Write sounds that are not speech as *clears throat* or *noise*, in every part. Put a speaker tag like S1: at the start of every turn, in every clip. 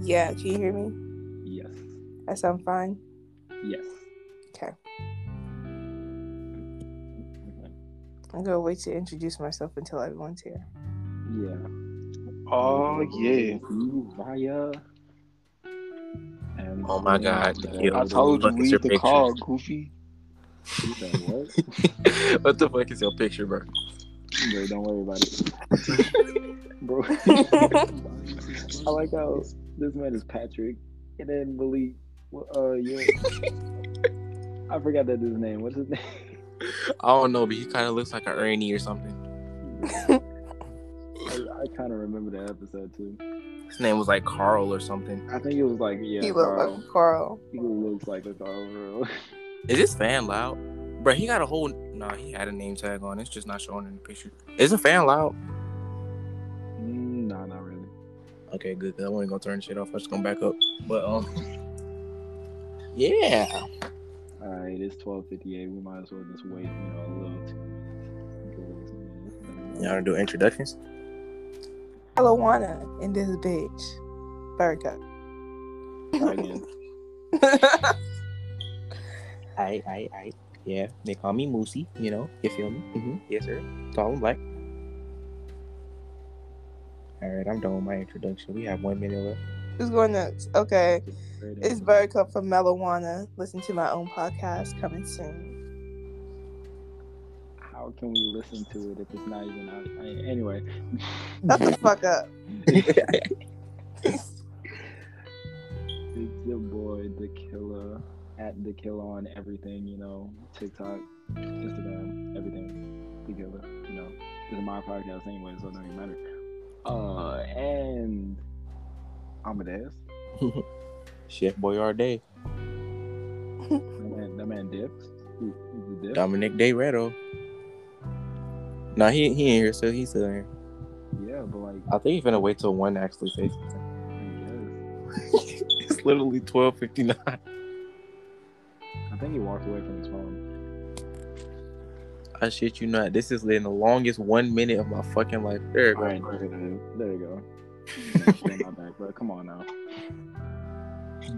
S1: Yeah, can you hear me?
S2: Yes.
S1: I sound fine.
S2: Yes.
S1: Okay, I'm gonna wait to introduce myself until everyone's here.
S2: Yeah.
S3: Oh yeah.
S2: You, Maya. And
S4: Oh my God,
S3: I
S4: Yo,
S3: told you
S4: look at your
S3: leave the call,
S4: pictures.
S3: Goofy.
S2: *laughs* You said what?
S4: *laughs* what the fuck is your picture, bro?
S2: Bro, don't worry about it. Bro. I like how this man is Patrick. And then Malik. Well, Uh, yeah. I forgot that his name. What's his name?
S4: I don't know, but he kind of looks like an Ernie or something.
S2: I, I kind of remember that episode too.
S4: His name was like Carl or something.
S2: I think it was like, yeah.
S1: he
S2: Carl.
S1: looked like Carl.
S2: He looks like a dog, bro.
S4: Is this fan loud? Bro, he got a whole. Nah, he had a name tag on. It's just not showing in the picture. Is a fan loud?
S2: *laughs* Mm, nah, not really.
S4: Okay, good. 'cause I wasn't gonna turn shit off. I'm just gonna back up. But um, yeah.
S2: All right, it's twelve fifty eight. We might as well just wait, you know, a little two minutes.
S4: Y'all gonna do introductions?
S1: Alawana in this bitch. Burger.
S2: Right then.
S4: I, I, I. Yeah, they call me Moosey. You know, you feel me? Mm-hmm. Yes, sir. Call him like. All right, I'm done with my introduction. We have one minute left.
S1: *laughs* Who's going next? Okay.
S2: Right
S1: It's
S2: then.
S1: Bird Cup from Melowana. Listen to my own podcast coming soon.
S2: How can we listen to it if it's not even out? I, anyway, *laughs*
S1: Shut the fuck up.
S2: it's your boy, the killer, at the killer on everything, you know, TikTok, Instagram, everything, the killer. You know, this is my podcast anyway, so it doesn't even matter. Uh, and Amadeus,
S4: *laughs* Chef Boyardee,
S2: that man, that man dips. He, he's a dip.
S4: Dominic De Reto. No, he he ain't here, so he's still here.
S2: Yeah, but like,
S4: I think he's gonna wait till one actually says something.
S2: I guess.
S4: it's literally twelve fifty nine.
S2: I think he walked away from his phone.
S4: I shit you not. This is in the longest one minute of my fucking life. There it
S2: All right,
S4: goes.
S2: there, you go. there you go. Shit, my bad, bro. Come on now.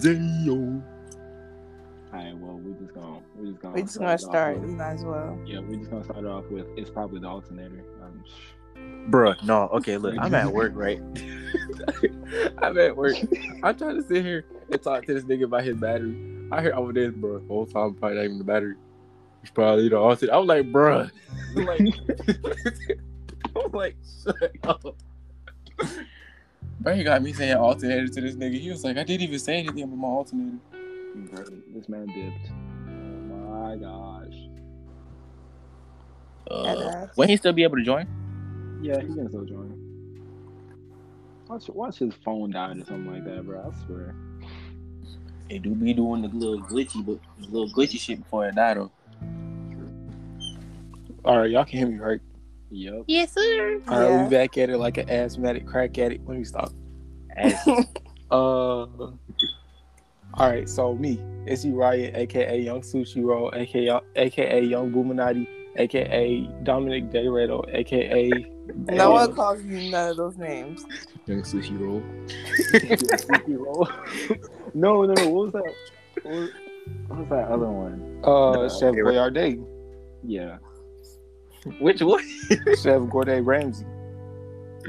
S4: Damn.
S2: All right, well, we just gonna we just gonna
S1: We're just gonna
S2: start
S1: start.
S2: it off
S1: We might as well.
S2: with- yeah, we just gonna start it off with it's probably the alternator. Um,
S4: Bruh, no, okay, look, I'm at work, right? *laughs* I'm at work. I'm trying to sit here and talk to this nigga about his battery. I hear over there, bro, whole time probably not even the battery. It's probably the offset. I was like, bruh. *laughs* like I was like, shut up. Bro, he got me saying alternator to this nigga. He was like, I didn't even say anything about my alternator.
S2: bro, this man dipped. Oh my gosh.
S1: Uh,
S4: Won't he still be able to join?
S2: Yeah, he can still join. Watch watch his phone die or something like that, bro. I swear.
S4: They do be doing the little glitchy, but the little glitchy shit before it died though. All right, y'all can hear me, right?
S2: Yep. *laughs*
S5: Yes, sir.
S4: All right,
S1: Yeah.
S4: we back at it like an asthmatic crack addict. Let me stop. Uh, all right, so me, it's Uriah, aka Young Sushi Roll, aka aka Young Boominati, aka Dominic De Reto, aka
S1: No one calls you none of those names.
S4: Young Sushi Roll.
S2: no, no, no. What was that? What was, what was that other one?
S6: Uh, Chef
S4: okay,
S6: Boyardee,
S2: Yeah. *laughs*
S4: Which one?
S6: Chef Gordon Ramsay.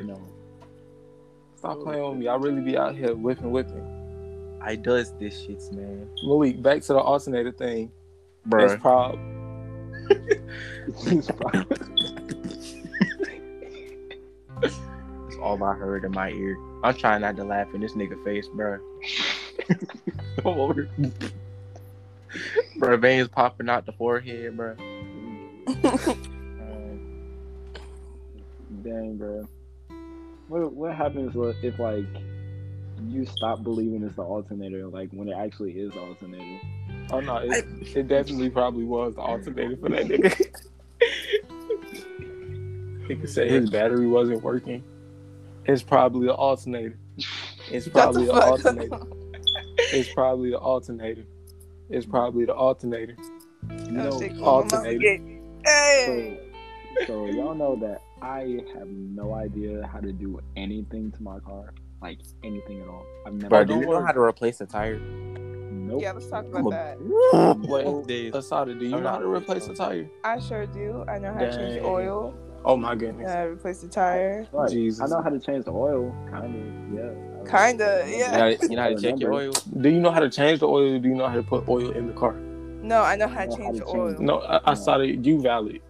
S2: No.
S6: Stop playing with me. I really be out here whipping, whipping.
S4: I does this shits, man.
S6: Malik, back to the alternator thing. It's
S4: Bruh.
S6: prob.
S2: *laughs*
S4: That's all I heard in my ear. I'm trying not to laugh in this nigga face,
S6: *laughs*
S4: bruh. Come over. bruh, veins popping out the forehead, bruh.
S2: Dang, bro. What what happens li- if like you stop believing it's the alternator, like when it actually is the alternator?
S6: Oh no, it, it definitely probably was the alternator for that nigga. *laughs* Nigga said his battery wasn't working. It's probably the alternator.
S1: Shut
S6: It's
S1: the
S6: probably the
S1: fuck *laughs*
S6: alternator.
S1: up.
S6: It's probably the alternator. It's probably the alternator.
S1: Oh,
S2: No.
S1: shit,
S6: all
S1: come on,
S6: together.
S1: get- Hey.
S2: So, so y'all know that I have no idea how to do anything to my car. like anything at all. I've never.
S4: Bro, do
S6: don't
S4: you know
S6: worry.
S4: how to replace a tire?
S2: Nope.
S1: Yeah, let's talk
S6: I'm
S1: about
S6: a-
S1: that.
S6: Wait,
S4: Days.
S6: Asada, do you know how to replace a tire?
S1: I sure do. I know how to change
S6: Dang.
S1: oil.
S6: Oh my
S1: I know
S6: goodness.
S1: how to replace the tire.
S2: Right.
S6: Jesus.
S2: I know how to change the oil, kind of. Yeah.
S1: Kinda,
S4: You
S1: yeah.
S4: know, how to- you know how to check your oil?
S6: Do you know how to change the oil? Do you know how to put oil in the car?
S1: No, I know
S2: know
S1: how to
S2: how
S1: change
S2: to
S1: the
S2: change
S1: oil.
S6: No, I, I saw that you valid.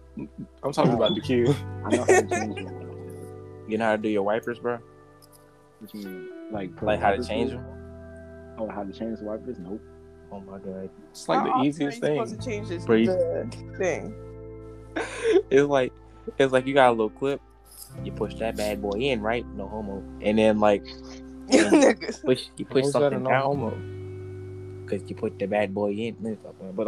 S6: I'm talking about the kill.
S2: I know how
S1: *laughs*
S2: to change the oil.
S4: You know how to do your wipers, bro?
S2: What you mean? Like, put
S4: Like how to
S2: wipers
S4: change
S2: in?
S4: them?
S2: Oh, how to change the wipers? Nope.
S4: Oh my god.
S6: It's like
S1: How
S6: the
S1: often
S6: easiest
S1: are you
S6: thing.
S1: Supposed to change this
S4: Bro, you-
S1: the thing. *laughs*
S4: It's like it's like you got a little clip. You push that bad boy in, right? No homo. And then like
S1: You niggas.
S4: push you push
S6: What's that,
S4: something
S6: a no
S4: down
S6: homo?
S4: because you put the bad boy in. No, it's not- But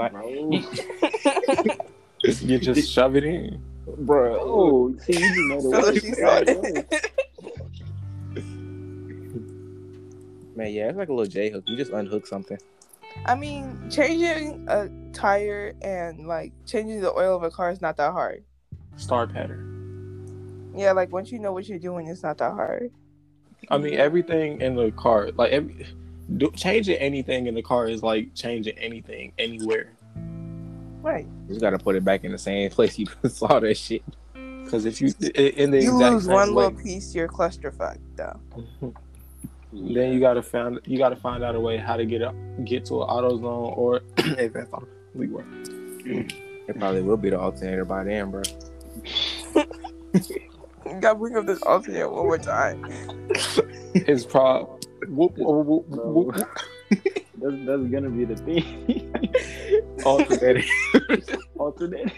S4: *laughs* like,
S6: You just shove it in.
S4: bro,
S2: *laughs* Oh, see, you just know the
S1: That's what
S2: wipers.
S1: she said.
S4: man, yeah, it's like a little J hook. You just unhook something.
S1: *laughs* I mean, changing a tire and like changing the oil of a car is not that hard.
S6: Star pattern.
S1: Yeah, like once you know what you're doing, it's not that hard.
S6: I mean, everything in the car, like every, do, changing anything in the car is like changing anything anywhere.
S1: Right.
S4: You just gotta put it back in the same place you *laughs* saw that shit.
S6: Because if you i- in the
S1: you
S6: exact
S1: lose
S6: same
S1: one
S6: way,
S1: little piece, you're clusterfuck though.
S6: then you gotta find you gotta find out a way how to get a, get to an auto zone or *coughs* advanced auto leeway.
S4: It probably will be the alternator by then, bro.
S1: You gotta bring up this alternate one more time.
S6: It's prob. Whoop, whoop, whoop,
S4: *laughs*
S2: Bro.
S6: whoop, whoop.
S2: That's, that's gonna be the thing. *laughs*
S6: Alternator.
S2: Alternate.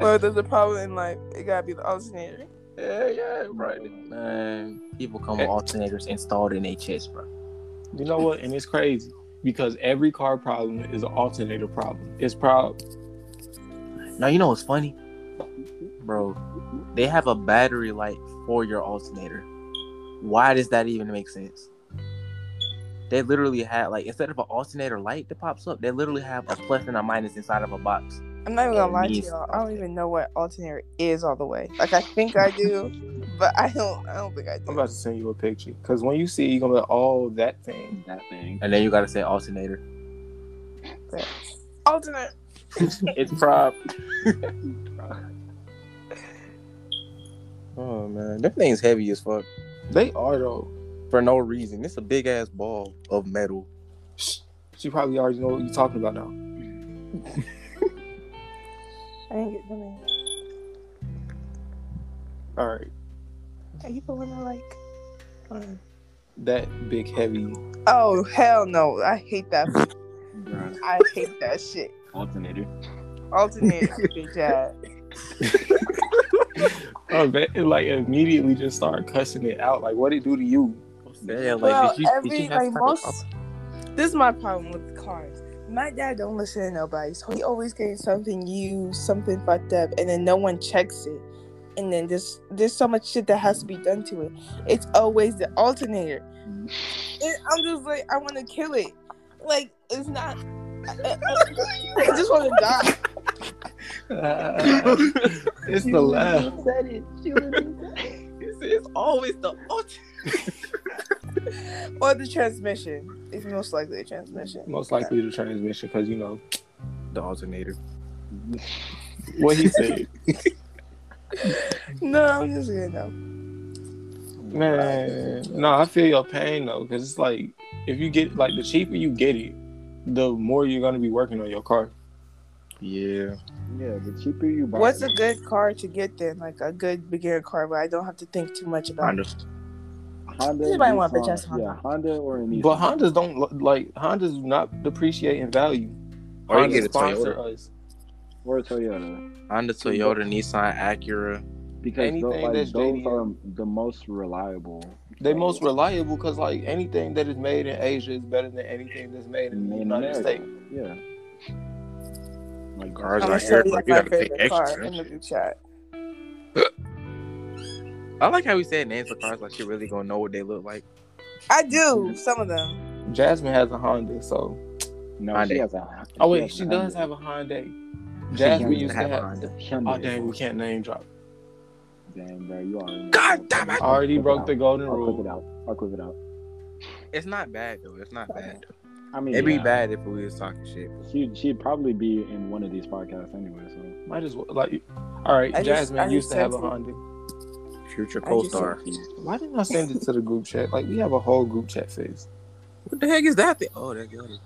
S1: Well, if there's a problem in life, it gotta be the alternator.
S6: yeah, yeah, right.
S4: Man, people come with alternators installed in their chest, bro.
S6: You know what? And it's crazy because every car problem is an alternator problem. It's prob
S4: Now you know what's funny, bro? They have a battery light for your alternator. Why does that even make sense? They literally had like instead of an alternator light that pops up, they literally have a plus and a minus inside of a box.
S1: I'm not even
S4: Yeah,
S1: gonna lie to
S4: needs-
S1: y'all. I don't even know what alternator is all the way. Like I think I
S6: *laughs*
S1: do, but I don't. I don't think I
S6: I'm
S1: do.
S6: about to send you a picture because when you see, it, you're gonna be like, oh, that thing.
S2: That thing.
S4: And then you gotta say alternator.
S1: Alternate.
S4: It's prop. oh man, that thing's heavy as fuck
S6: They are though.
S4: for no reason. It's a big ass ball of metal.
S6: Shh. She probably already know what you're talking about now.
S1: I didn't get the name.
S6: All right,
S1: Are you the one I like?
S6: Mm.
S1: Um,
S6: that big heavy.
S1: Oh hell no! I hate that.
S2: Bro.
S1: I hate that shit.
S2: Alternator.
S6: *laughs*
S1: Alternator, bitch ass.
S6: Oh, man, it like immediately just start cussing it out. Like, what it do to you? *laughs*
S4: Yeah, like
S1: well,
S4: did you,
S1: every
S4: did you have
S1: like
S4: type
S1: most.
S4: of-
S1: This is my problem with cars. My dad don't listen to nobody, so he always getting something used, something fucked up, and then no one checks it. And then there's there's so much shit that has to be done to it. It's always the alternator.
S4: Mm-hmm.
S1: And I'm just like, I want to kill it. Like it's not. I, I- I just want to die.
S6: it's the laugh.
S4: it's, it's always the ultimate.
S1: Or the transmission. It's most likely a
S4: *laughs*
S1: transmission.
S6: Most likely the transmission because you know
S4: The alternator.
S6: what he said.
S1: No, I'm just gonna know.
S6: Man, no, I feel your pain though, because it's like if you get like the cheaper you get it, the more you're gonna be working on your car.
S4: Yeah.
S2: Yeah, the cheaper you buy.
S1: What's a
S2: it,
S1: good car to get then? Like a good beginner car where I don't have to think too much about it.
S4: Honda.
S2: Honda,
S1: This is why I want
S2: Nissan-
S1: bitch ass Honda.
S2: Yeah, Honda or a Nissan.
S6: But Hondas don't lo- like Hondas do not depreciate in value.
S4: Or you get a
S6: sponsor
S4: Toyota.
S6: us.
S2: or a Toyota
S4: Honda, Toyota, Nissan, Acura.
S2: because
S6: Anything
S2: those, like,
S6: that's
S2: those
S6: JDM.
S2: are the most reliable.
S6: They most reliable because like anything that is made in Asia is better than anything that's made in the
S2: in
S6: United
S2: America.
S6: States.
S2: Yeah. Like
S4: Cars
S1: I'm gonna
S4: are Right
S1: show
S4: here,
S1: you
S4: bro. You
S1: my
S4: gotta pay
S1: favorite car
S4: extra.
S1: in the group chat.
S4: I like how we said names of cars like you really gonna know what they look like.
S1: I
S4: Mm-hmm.
S1: do some of them.
S6: Jasmine has a Honda, so
S2: no,
S4: Hyundai.
S2: she has a.
S6: oh wait, she
S4: *laughs*
S6: does have Oh, a Honda. Jasmine used to have.
S4: Honda.
S2: Hyundai.
S6: Oh dang, we can't name drop.
S2: Damn, bro, you already.
S4: God damn it!
S6: I already broke the golden
S2: I'll clip it
S6: rule.
S2: out. I'll clip it out.
S4: It's not bad though. It's not bad.
S2: I mean,
S4: It'd be
S2: yeah,
S4: bad if we was talking shit.
S2: She she'd probably be in one of these podcasts anyway. So
S6: Might as well like. All right,
S1: I just-
S6: Jasmine
S1: I just
S6: used to have a
S1: sent it.
S6: Honda.
S4: Future
S1: I just-
S4: co-star. *laughs*
S6: Why didn't I send it to the group chat? Like we have a whole group chat phase.
S4: What the heck is that thing? Oh, that gun.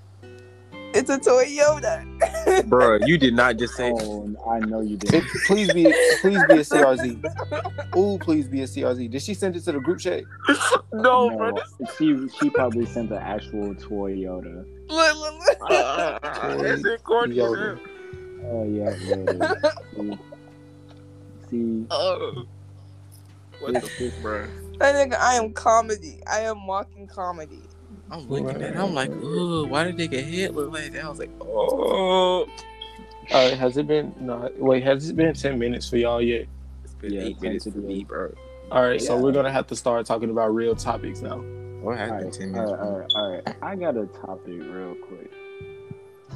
S1: It's a Toyota. *laughs*
S4: Bro, you did not just say.
S2: oh, I know you did.
S6: It- please be, please be a CRZ. Ooh, please be a CRZ. Did she send it to the group chat?
S4: No,
S2: No, she she probably sent the actual Toyota.
S1: Look, look, look.
S4: Ah, That's it, corny. as hell.
S2: Oh yeah, yeah, yeah. *laughs* See,
S4: Oh. What the fuck, bro?
S1: That nigga, I am comedy. I am walking comedy.
S4: I'm looking at it. I'm like, ooh, why did they get hit look like that? I was like, oh.
S6: All right, has it been? No, wait, has it been ten minutes for y'all yet?
S4: It's been
S2: Yeah,
S4: eight
S2: time
S4: minutes
S2: to
S4: for
S2: do
S4: me,
S2: it.
S4: bro.
S6: All right, so
S2: Yeah.
S6: we're gonna have to start talking about real topics now.
S4: What
S2: all
S4: happened
S2: right,
S4: ten
S2: all
S4: minutes?
S2: right, all right, all right. I got a topic real quick.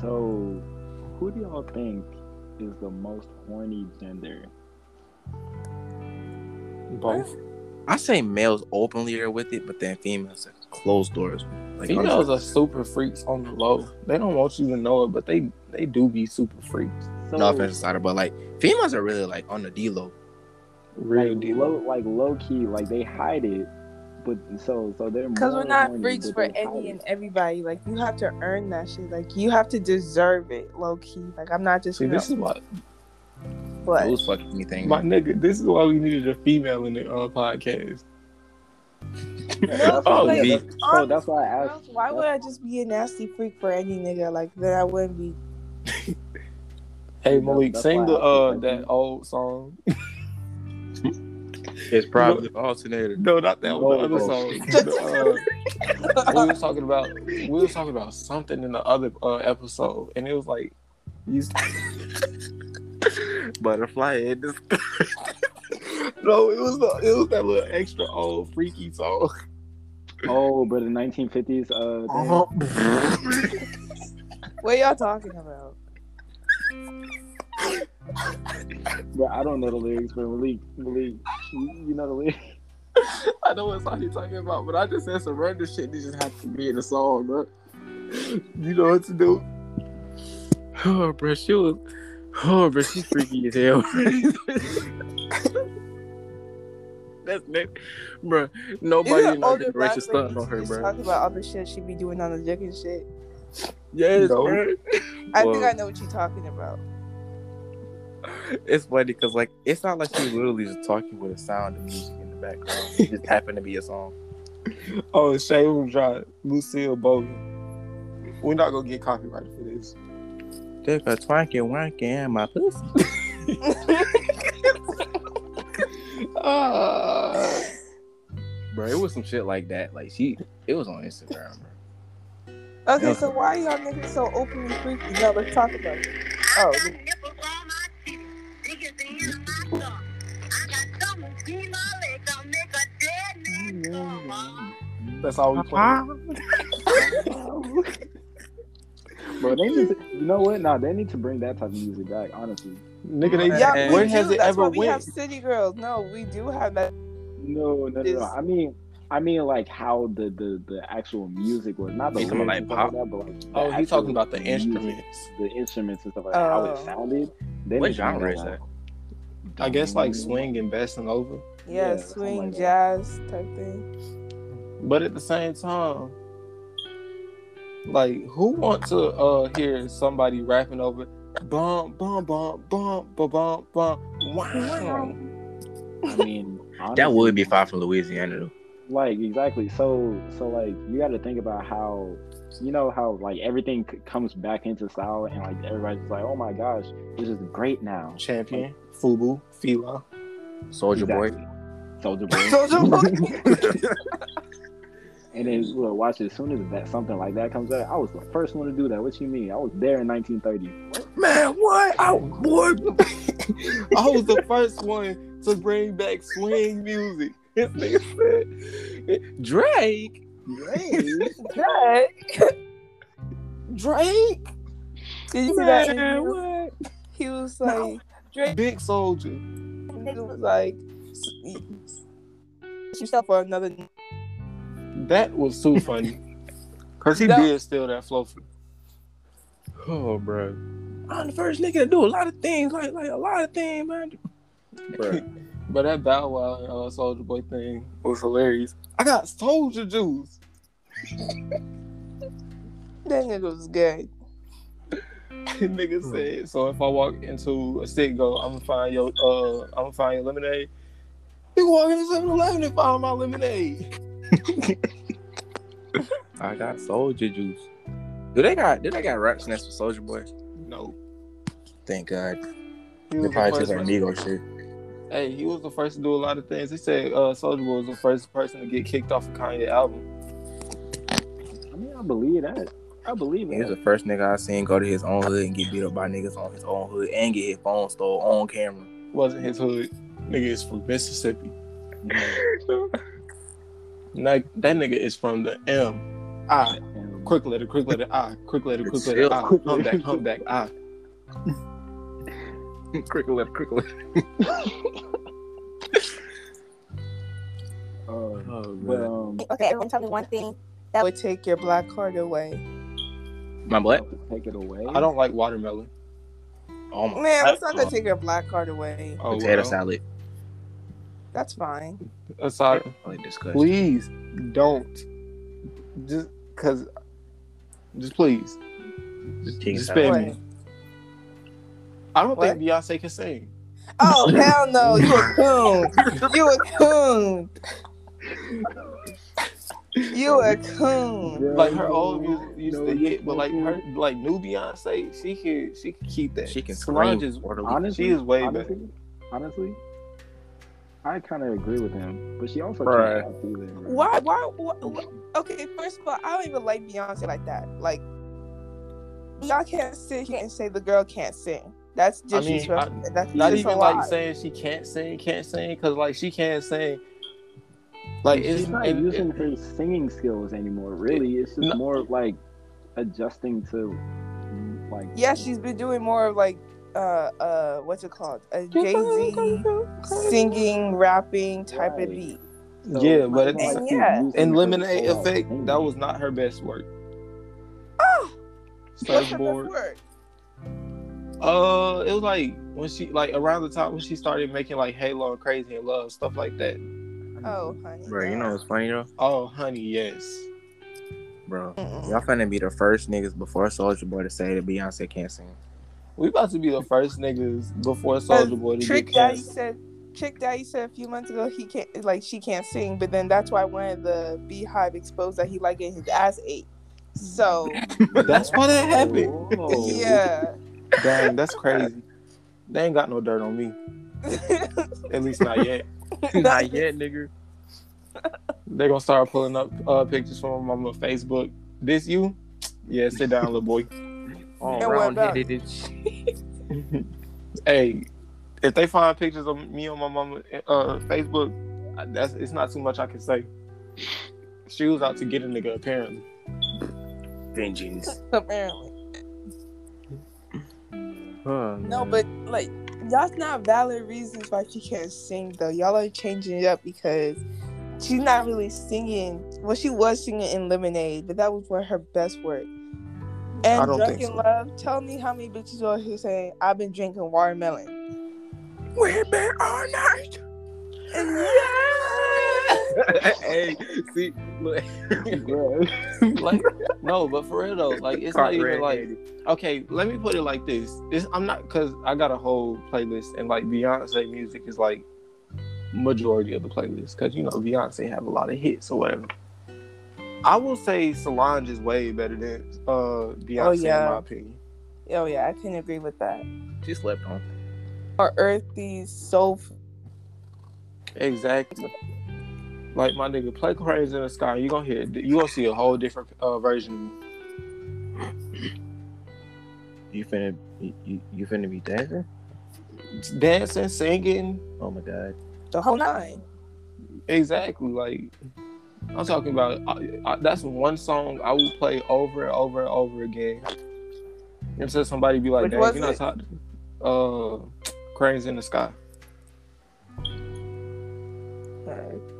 S2: So, who do y'all think is the most horny gender?
S6: Both
S4: I say males openly are with it, but then females are closed doors. Like, I'm
S6: females are super freaks on the low. They don't want you to know it, but they they do be super freaks.
S2: So,
S4: no offense, Sada, but like females are really like on the D low.
S6: Real
S2: like,
S6: deal.
S2: low, like low key, like they hide it, but so so they're
S1: Because we're
S2: more
S1: not
S2: horny,
S1: freaks
S2: but
S1: for
S2: they hide
S1: any
S2: it.
S1: and everybody. Like, you have to earn that shit. Like, you have to deserve it, low key. Like, I'm not just
S6: See,
S1: gonna
S6: this is why
S1: but
S4: Who's fucking anything?
S6: my nigga. This is why we needed a female in the uh, podcast.
S1: No,
S4: Oh,
S1: like,
S4: B.
S2: So that's why I asked.
S1: honestly, why would I just be a nasty freak for any nigga? Like, then I wouldn't be.
S6: Hey
S2: That's-
S6: Malik,
S2: that's
S6: sing
S2: why
S6: the
S2: I was
S6: uh
S2: like-
S6: that old song.
S4: *laughs* It's probably the alternator.
S6: No, not that one. The
S2: No, bro.
S6: other song. The, uh, we was talking about we was talking about something in the other uh, episode, and it was like, you
S4: Butterfly in the
S6: no, it was the, it was that little extra old freaky song.
S2: Oh, but the 1950s. Uh, thing.
S6: Uh-huh.
S1: Uh-huh. What y'all talking about?
S2: Bro, I don't know the lyrics, but Malik, Malik, you, you know the lyrics. *laughs*
S6: *laughs* I know what song you talking about, but I just said some random shit. This just happened to be in the song, bro. *laughs* You know what to do.
S4: Oh, bro, she was. Oh, bro, she's freaky as
S6: *laughs*
S4: hell. That's next, bro. Nobody in our generation stunting on her, bro.
S1: Talking about other shit she be doing on the dick and shit.
S4: Yes,
S6: No.
S4: bro.
S1: I
S4: Well-
S1: think I know what you're talking about.
S4: It's funny because like it's not like she literally just talking with a sound of music in the background. It just happened to be a song.
S6: Oh, Shane Dry, Lucille Bogan. We're not gonna get copyrighted for this.
S4: Dick a twanking wanking in my *laughs* pussy.
S6: Uh,
S4: Bro, it was some shit like that. Like she, it was on Instagram. Bro.
S1: Okay, so why y'all niggas so openly freaky? No, let's talk about it. Oh,
S6: that's all we
S1: Uh-huh.
S6: play.
S2: Bro, they need to, you know what? Nah, they need to bring that type of music back, honestly.
S6: Nigga, they
S4: Yeah,
S1: yeah,
S4: where
S1: we
S6: has
S1: do.
S6: it
S1: That's
S6: ever
S1: why we
S6: went?
S1: have city girls. No, we do have that.
S2: No, no, no, no.
S1: It's-
S2: I mean, I mean, like how the the, the actual music was, not the
S4: You
S2: lyrics
S4: talking about,
S2: and
S4: like,
S2: stuff that, but like the
S6: Oh,
S2: actual
S6: he's talking about the
S2: music,
S6: instruments.
S2: the instruments and stuff like how
S1: Oh.
S2: it sounded. They
S4: What
S2: need to bring
S4: genre is that?
S6: I guess like swing and besting over.
S1: Yeah,
S2: Yeah,
S1: swing,
S2: something like
S1: jazz type thing.
S6: But at the same time, like who wants to uh hear somebody rapping over bum bum bum bum bum bum bum wow.
S2: I mean,
S4: That
S2: honestly,
S4: would be far from Louisiana though.
S2: like exactly so so like you got to think about how you know how like everything c- comes back into style and like everybody's just like oh my gosh this is great now
S6: Champion, Fubu, *laughs* Fila.
S4: Soldier Boy.
S2: soldier boy
S4: *laughs*
S1: Soulja
S2: and then well, watch as soon as that something like that comes out i was the first one to do that what you mean i was there in 1930
S4: Man, what? Oh, boy.
S6: I was the first one to bring back swing music. This nigga said Drake,
S1: Good.
S6: Drake,
S1: Did you see that?
S6: man,
S1: interview?
S6: what?
S1: He was like, Drake
S6: Big Soldier.
S1: nigga was like, yourself for another.
S6: That was too funny. *laughs* Cause he
S1: That-
S6: did steal that flow. From,
S4: Oh, bro. I'm the first nigga to do a lot of things, like like a lot of things, man. Bro,
S6: but that Bow Wow and uh, Soldier Boy thing was hilarious. I got Soldier Juice.
S1: That nigga was good.
S6: *laughs* Nigga said. So if I walk into a stick go, I'm gonna find your uh, I'm gonna find your lemonade. You walk into 7-Eleven and find my lemonade.
S4: I got soldier juice. Do they got? Do they got rap snacks for Soldier Boy?
S6: No.
S4: Thank God.
S6: He
S4: They
S6: was the
S4: probably
S6: first
S4: just like
S6: one-
S4: Negro shit.
S6: Hey, he was the first to do a lot of things. He said uh, Soldier Boy was the first person to get kicked off a Kanye album.
S2: I mean, I believe that. I believe
S4: He was
S2: it.
S4: the first nigga I seen go to his own hood and get beat up by niggas on his own hood and get his phone stole on camera.
S6: Wasn't his hood. Nigga is from Mississippi.
S2: Yeah.
S6: Like that nigga is from the M. I
S2: And- um,
S6: quick letter, quick letter, I quick letter, quick letter, ah,
S4: Chill.
S6: I
S2: Quick letter.
S6: humpback, humpback,
S4: *laughs*
S6: I.
S4: crickle left, crickle left.
S2: uh,
S4: Oh,
S2: but um,
S5: Okay, everyone tell me one thing.
S1: That would take your black heart away.
S4: My black.
S2: take it away.
S6: I don't like watermelon.
S4: Oh my.
S1: Man, that's not gonna take your black heart away.
S6: Oh,
S4: potato
S6: well.
S4: salad.
S1: That's fine.
S6: Aside,
S4: Like disgusting.
S6: please don't. Just cause. Just please. Just,
S4: Chicken
S6: just
S4: salad.
S6: spare
S1: What?
S6: me. I don't think Beyonce can sing.
S1: Oh hell no, you a coon. You a
S6: *laughs*
S1: coon. You a coon.
S6: Like her old music used to hit, but like her like new Beyonce, she can she can keep that.
S4: She can
S6: Solange
S4: scream.
S6: is
S4: orderly.
S2: honestly,
S6: she is way better.
S2: honestly, honestly, I kind of agree with him, but she also
S4: Bruh.
S2: can't rap either. bruh.
S1: Why, why? Why? Okay, first of all, I don't even like Beyonce like that. Like, y'all can't sit here and say the girl can't sing. That's
S6: I mean,
S1: disrespectful. that's
S6: Not
S1: just a
S6: even
S1: lie.
S6: like saying she can't sing, can't sing, because like she can't sing. Like
S2: She's
S6: it's
S2: not
S6: it-
S2: using
S6: it-
S2: her singing skills anymore. Really, it's just
S6: No.
S2: more of, like adjusting to like.
S1: yeah, she's been doing more of like, uh, uh, what's it called? A Jay Z singing, rapping type
S2: Right.
S1: of beat.
S2: so
S6: yeah, but
S2: it's
S6: it's
S1: And
S2: like
S1: yeah.
S2: using
S6: in
S2: her
S6: Lemonade
S2: soul
S6: Effect,
S2: singing.
S6: that was not her best work.
S1: *laughs* Oh, what's her
S6: Surfboard.
S1: best work?
S6: Uh, it was like when she like around the time when she started making like Halo and Crazy and Love stuff like that. *laughs*
S1: Oh, honey.
S4: Bro, Mm-hmm. you
S1: no.
S4: know what's funny though,
S6: Oh, honey, yes.
S4: bro.
S1: Mm-mm.
S4: Y'all finna be the first niggas before Soldier Boy to say that Beyonce can't sing.
S6: We about to be the first niggas before Soldier Boy to
S1: Trick
S6: get
S1: Daddy
S6: canceled.
S1: said Trick Daddy said a few months ago he can't like she can't sing, but then that's why one of the beehive exposed that he like getting his ass ate. So
S6: That's why
S2: *laughs*
S6: that happened.
S4: Oh.
S2: Whoa.
S1: yeah.
S6: Dang, that's crazy. They ain't got no dirt
S1: *laughs*
S6: on me. At least not yet.
S4: *laughs* Not yet, nigga.
S6: They're gonna start pulling up uh, pictures from my mama Facebook. This you? Yeah, sit down, little boy.
S4: Oh,
S1: And what
S4: round
S1: about-
S4: headed.
S6: hey, if they find pictures of me on my mama uh, Facebook, I- that's it's not too much I can say. She was out to get a nigga apparently.
S4: Vengeance.
S1: *laughs* Apparently.
S4: Oh,
S1: No,
S4: man.
S1: but like that's not valid reasons why she can't sing though. Y'all are changing it up because she's not really singing. Well, she was singing in Lemonade, but that was one of her best work. And
S6: don't think
S1: Drunken
S6: so.
S1: Love, tell me how many bitches are here saying I've been drinking watermelon. We've been all night. Yeah.
S7: *laughs*
S4: hey, see, look,
S2: Bruh.
S6: Like, no, but for *laughs* real though, like it's not even like okay. Let me put it like this: this I'm not because I got a whole playlist, and like Beyonce music is like majority of the playlist because you know Beyonce have a lot of hits or whatever. I will say Solange is way better than uh Beyonce in
S1: yeah.
S6: my opinion.
S1: Oh yeah, I can agree with that.
S4: she slept on.
S1: Or earthy, soulful.
S6: Exactly. Like my nigga, play cranes in the sky. You gonna hear? You gonna see a whole different uh, version of me.
S4: You finna, you, you, you finna be dancing?
S6: It's dancing, singing.
S4: Oh my god.
S1: The whole nine.
S6: Exactly. Like I'm talking about. I, I, that's one song I will play over and over and over again. Until somebody be like,
S1: Which
S6: "Dang,
S1: was
S6: you not
S1: it?
S6: talking." Uh, cranes in the sky.
S1: Alright.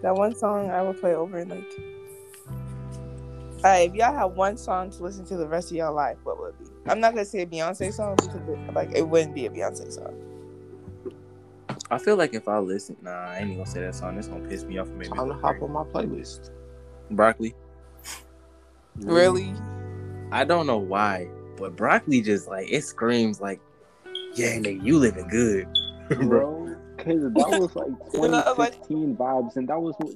S1: That one song I will play over and like. Alright, if y'all had one song to listen to the rest of your life, what would it be? I'm not gonna say a Beyonce song because it, like it wouldn't be a Beyonce song.
S7: I feel like if I listen, nah, I ain't gonna say that song. It's gonna piss me off. and make me
S6: Time to
S7: look
S6: hop
S7: crazy.
S6: on my playlist.
S7: broccoli.
S2: Mm-hmm.
S1: Really?
S7: I don't know why, but broccoli just like it screams like, yeah, nigga, you living good, bro.
S2: bro. Because that was like
S1: *laughs* And I was like-
S2: 2016 vibes, and that was what.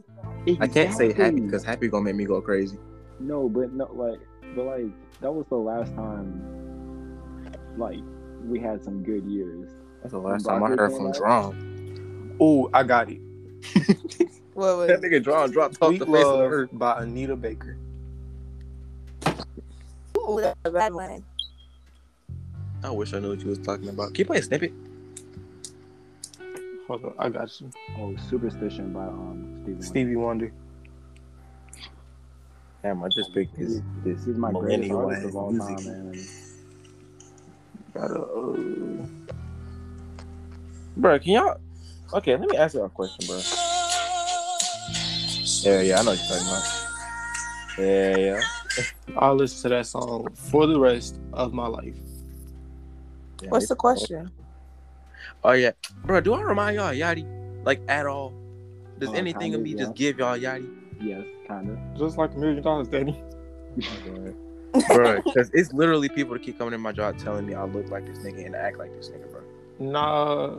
S7: I can't say happy
S2: Exactly.
S7: because happy gonna make me go crazy.
S2: No, but no, like, but like that was the last time, like, we had some good years.
S7: That's the last time I
S2: Broccoli
S7: heard
S2: came
S7: from
S2: out?
S7: Drum.
S6: Oh, I got it.
S1: What was
S7: *laughs* That nigga Drum dropped off
S6: Sweet
S7: the face of the
S6: Love
S7: earth.
S6: by Anita Baker.
S1: Ooh, that's a bad one.
S7: I wish I knew what you was talking about. Keep playing snippet.
S6: Hold on, I got you.
S2: Oh, Superstition by um Stevie.
S6: Stevie Wonder.
S7: Damn, I just picked this.
S2: This is my greatest
S7: millennial
S2: artist of
S7: ass
S2: all
S7: music.
S2: time, man.
S6: Gotta, uh,
S7: Bro, can y'all? Okay, let me ask you a question, bro. Yeah, yeah, I know what you're talking about. Yeah, yeah.
S6: I'll listen to that song for the rest of my life.
S7: Yeah,
S1: What's
S7: they-
S1: the question?
S7: Oh yeah, bro. Do I remind y'all of Yachty like at all? Does
S2: Uh,
S7: anything of
S2: kinda,
S7: me just
S2: yeah.
S7: give y'all Yachty?
S2: Yes, kind of.
S6: Just like a million dollars, Danny.
S2: *laughs*
S7: bro, *laughs* because it's literally people that keep coming in my job telling me I look like this nigga and act like this nigga, bro.
S6: Nah,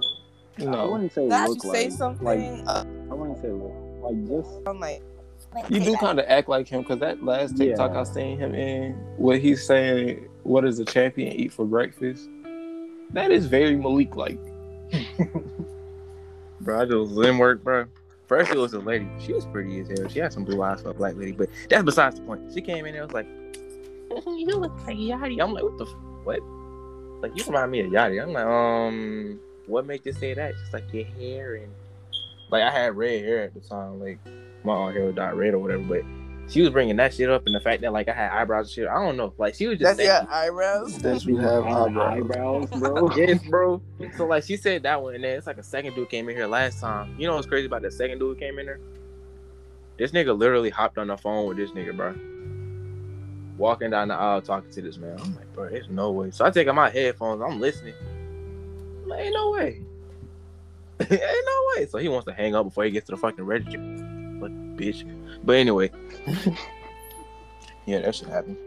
S2: I
S6: no.
S2: wouldn't say
S1: Now I
S2: look
S1: should say
S2: like. Like,
S1: something. uh,
S2: I wouldn't say look. Like, just
S1: I'm like,
S6: You do kind of act like him because that last
S2: Yeah.
S6: TikTok I seen him in, where he's saying, "What does a champion eat for breakfast?" That is very Malik like.
S7: Bro, I do Zen work, bro. First it was a lady. She was pretty as hell. She had some blue eyes for a black lady, but that's besides the point. She came in there was like, *laughs* "You look like Yachty." I'm like, "What the f- what?" Like you remind me of Yachty. I'm like, um, what made you say that? Just like your hair and like I had red hair at the time. Like my own hair was dyed red or whatever, but. She was bringing that shit up, and the fact that like I had eyebrows and shit. I don't know. Like she was just
S1: that's your
S7: saying-
S1: eyebrows.
S6: That
S2: you have eyebrows, bro. *laughs*
S7: *laughs* yes, bro. So like she said that one, and then it's like a second dude came in here last time. You know what's crazy about the second dude who came in there? This nigga literally hopped on the phone with this nigga, bro. Walking down the aisle talking to this man. I'm like, bro, there's no way. So I take out my headphones. I'm listening. I'm like, ain't no way. *laughs* ain't no way. So he wants to hang up before he gets to the fucking register. Like, bitch. But anyway. *laughs* yeah, that should happen.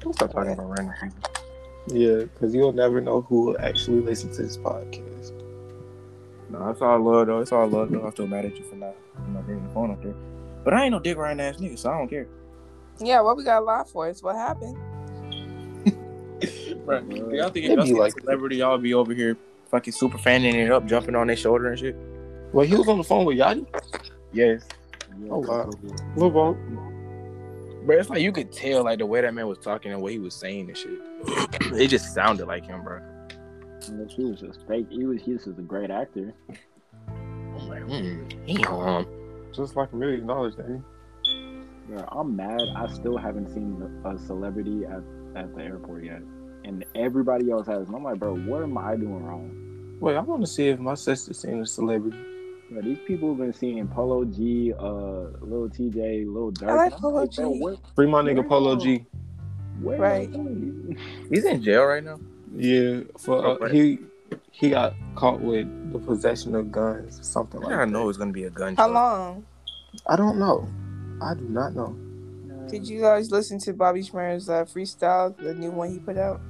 S7: Don't stop talking about random people.
S6: Yeah, because you'll never know who will actually listen to this podcast.
S7: No, it's all love though. It's all love though. I'm still mad at you for not, for not bringing the phone up there. But I ain't no dick riding ass nigga, so I don't care.
S1: Yeah, what we got a lot for is what happened.
S7: Right. Do y'all think
S6: It
S7: if y'all
S6: be
S7: see a
S6: like-
S7: celebrity, y'all be over here fucking super fanning it up, jumping on their shoulder and shit?
S6: Well, he was on the phone with Yachty.
S7: Yes.
S6: Oh,
S2: Uh,
S6: wow.
S2: Yeah.
S6: What about?
S7: But it's like you could tell like the way that man was talking and what he was saying and shit. it just sounded like him, bro.
S2: But He was just fake. He was. He was just a great actor.
S7: I'm like, hmm, damn.
S6: Just like a million dollars, Danny.
S2: Bro, I'm mad. I still haven't seen a celebrity at, at the airport yet, and everybody else has. And I'm like, bro, what am I doing wrong?
S6: Wait, I want to see if my sister's seen a celebrity.
S2: Bro, these people have been seeing Polo G, uh, Lil TJ, Lil Durk.
S1: like
S2: and I'm bro,
S1: Polo G.
S2: Where,
S6: Free my nigga Polo G.
S2: where
S1: Right.
S7: He's in jail right now.
S6: Yeah, for
S7: Oh,
S6: uh,
S7: right.
S6: he he got caught with the possession of guns, something like
S7: I
S6: that.
S7: know it's gonna be a gun.
S1: How
S7: show.
S1: long
S6: I don't know. I do not know.
S1: did you guys listen to Bobby Schmer's uh, freestyle, the new one he put out?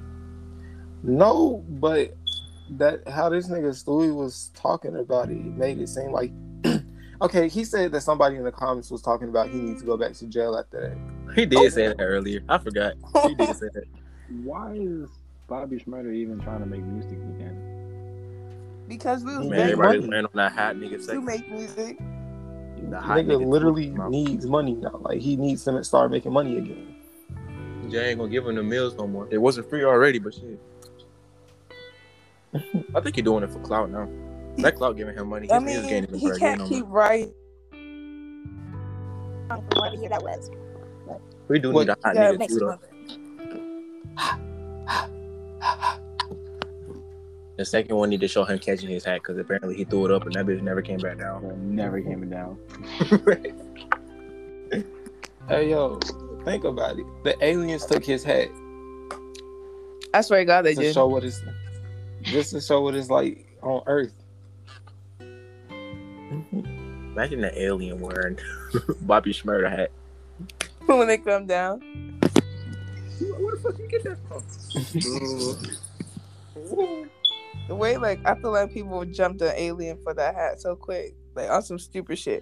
S6: No, but that how this nigga Stewie was talking about it, it made it seem like *clears throat* okay. He said that somebody in the comments was talking about he needs to go back to jail after that.
S7: He did say that earlier. I forgot. He did say
S6: *laughs*
S7: that.
S2: Why is Bobby Schmurder even trying to make music again?
S1: because we was
S7: Man,
S6: Make
S1: very
S7: everybody
S6: money.
S7: ran on that hot nigga
S1: to
S7: sex.
S1: make music.
S7: The hot
S6: nigga
S7: nigga
S6: literally
S7: Nah.
S6: needs money now. Like he needs to start making money again.
S7: Jay ain't gonna give him the meals no more. It wasn't free already, but shit. I think he's doing it for clout now. That clout giving him money. His
S1: I
S7: meals
S1: mean,
S7: ain't even
S1: he
S7: free
S1: can't
S7: no
S1: keep
S7: more.
S1: writing.
S8: that was.
S7: We do
S6: What-
S7: need a hot
S1: Yeah,
S7: nigga
S8: Makes
S7: too,
S8: me
S7: though.
S8: wonder.
S4: The second one need to show him catching his hat because apparently he threw it up and that bitch never came back down.
S2: Never came down.
S6: Hey yo, think about it. The aliens took his hat
S1: I swear to God, they
S6: to
S1: did.
S6: show what it's just to show what it's like on Earth.
S4: Imagine an
S7: *laughs*
S4: alien wearing Bobby Schmurder hat.
S1: *laughs* when they come down.
S4: Where the fuck you get that from?
S1: The way, like, I feel like people jumped an alien for that hat so quick, like on some stupid
S4: *laughs*
S1: shit.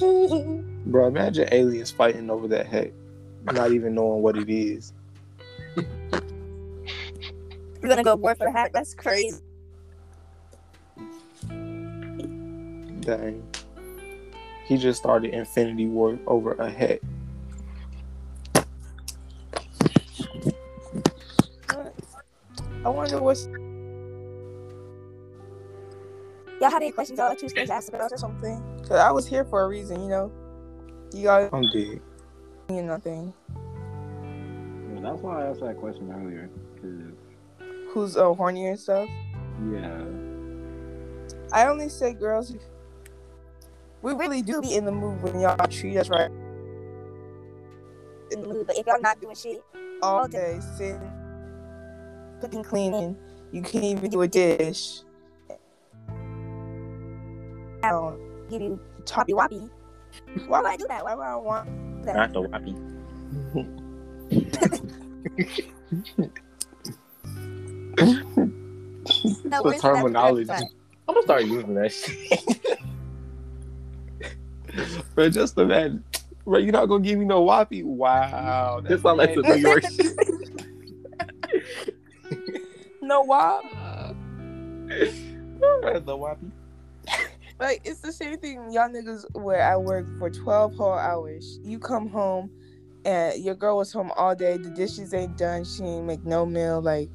S6: Bro, imagine aliens fighting over that hat, not even knowing what it is.
S1: We're gonna go board for the hat. That's crazy.
S6: Dang. He just started Infinity War over a hat.
S1: I wonder what's
S5: Y'all have any questions y'all are too scared to ask about
S1: or something. Cause I was here for a reason, you know. You guys
S6: I'm dead.
S1: mean nothing.
S2: Well, that's why I asked that question earlier. Cause
S1: Who's uh, horny and stuff.
S2: yeah,
S1: I only say girls. who- We really do be in the mood when y'all treat us right
S5: in the mood, but if y'all not doing shit,
S1: all day, sitting, cooking, cleaning. You can't even do a dish. Now,
S5: give you choppy woppy.
S1: Why would I do that? Why would I want?
S4: Not the Wappy.
S5: No,
S6: The
S5: we're still at the
S6: terminology.
S5: restaurant.
S4: I'm gonna start using that shit.
S6: Bro, just imagine. Bro, you're not gonna give me no whoppy. Wow.
S4: This sound like some New
S6: *laughs*
S4: York shit.
S1: No, why?
S6: the whoppy.
S1: Like it's the same thing y'all niggas where I work for twelve whole hours. You come home and your girl was home all day, the dishes ain't done, she ain't make no meal, like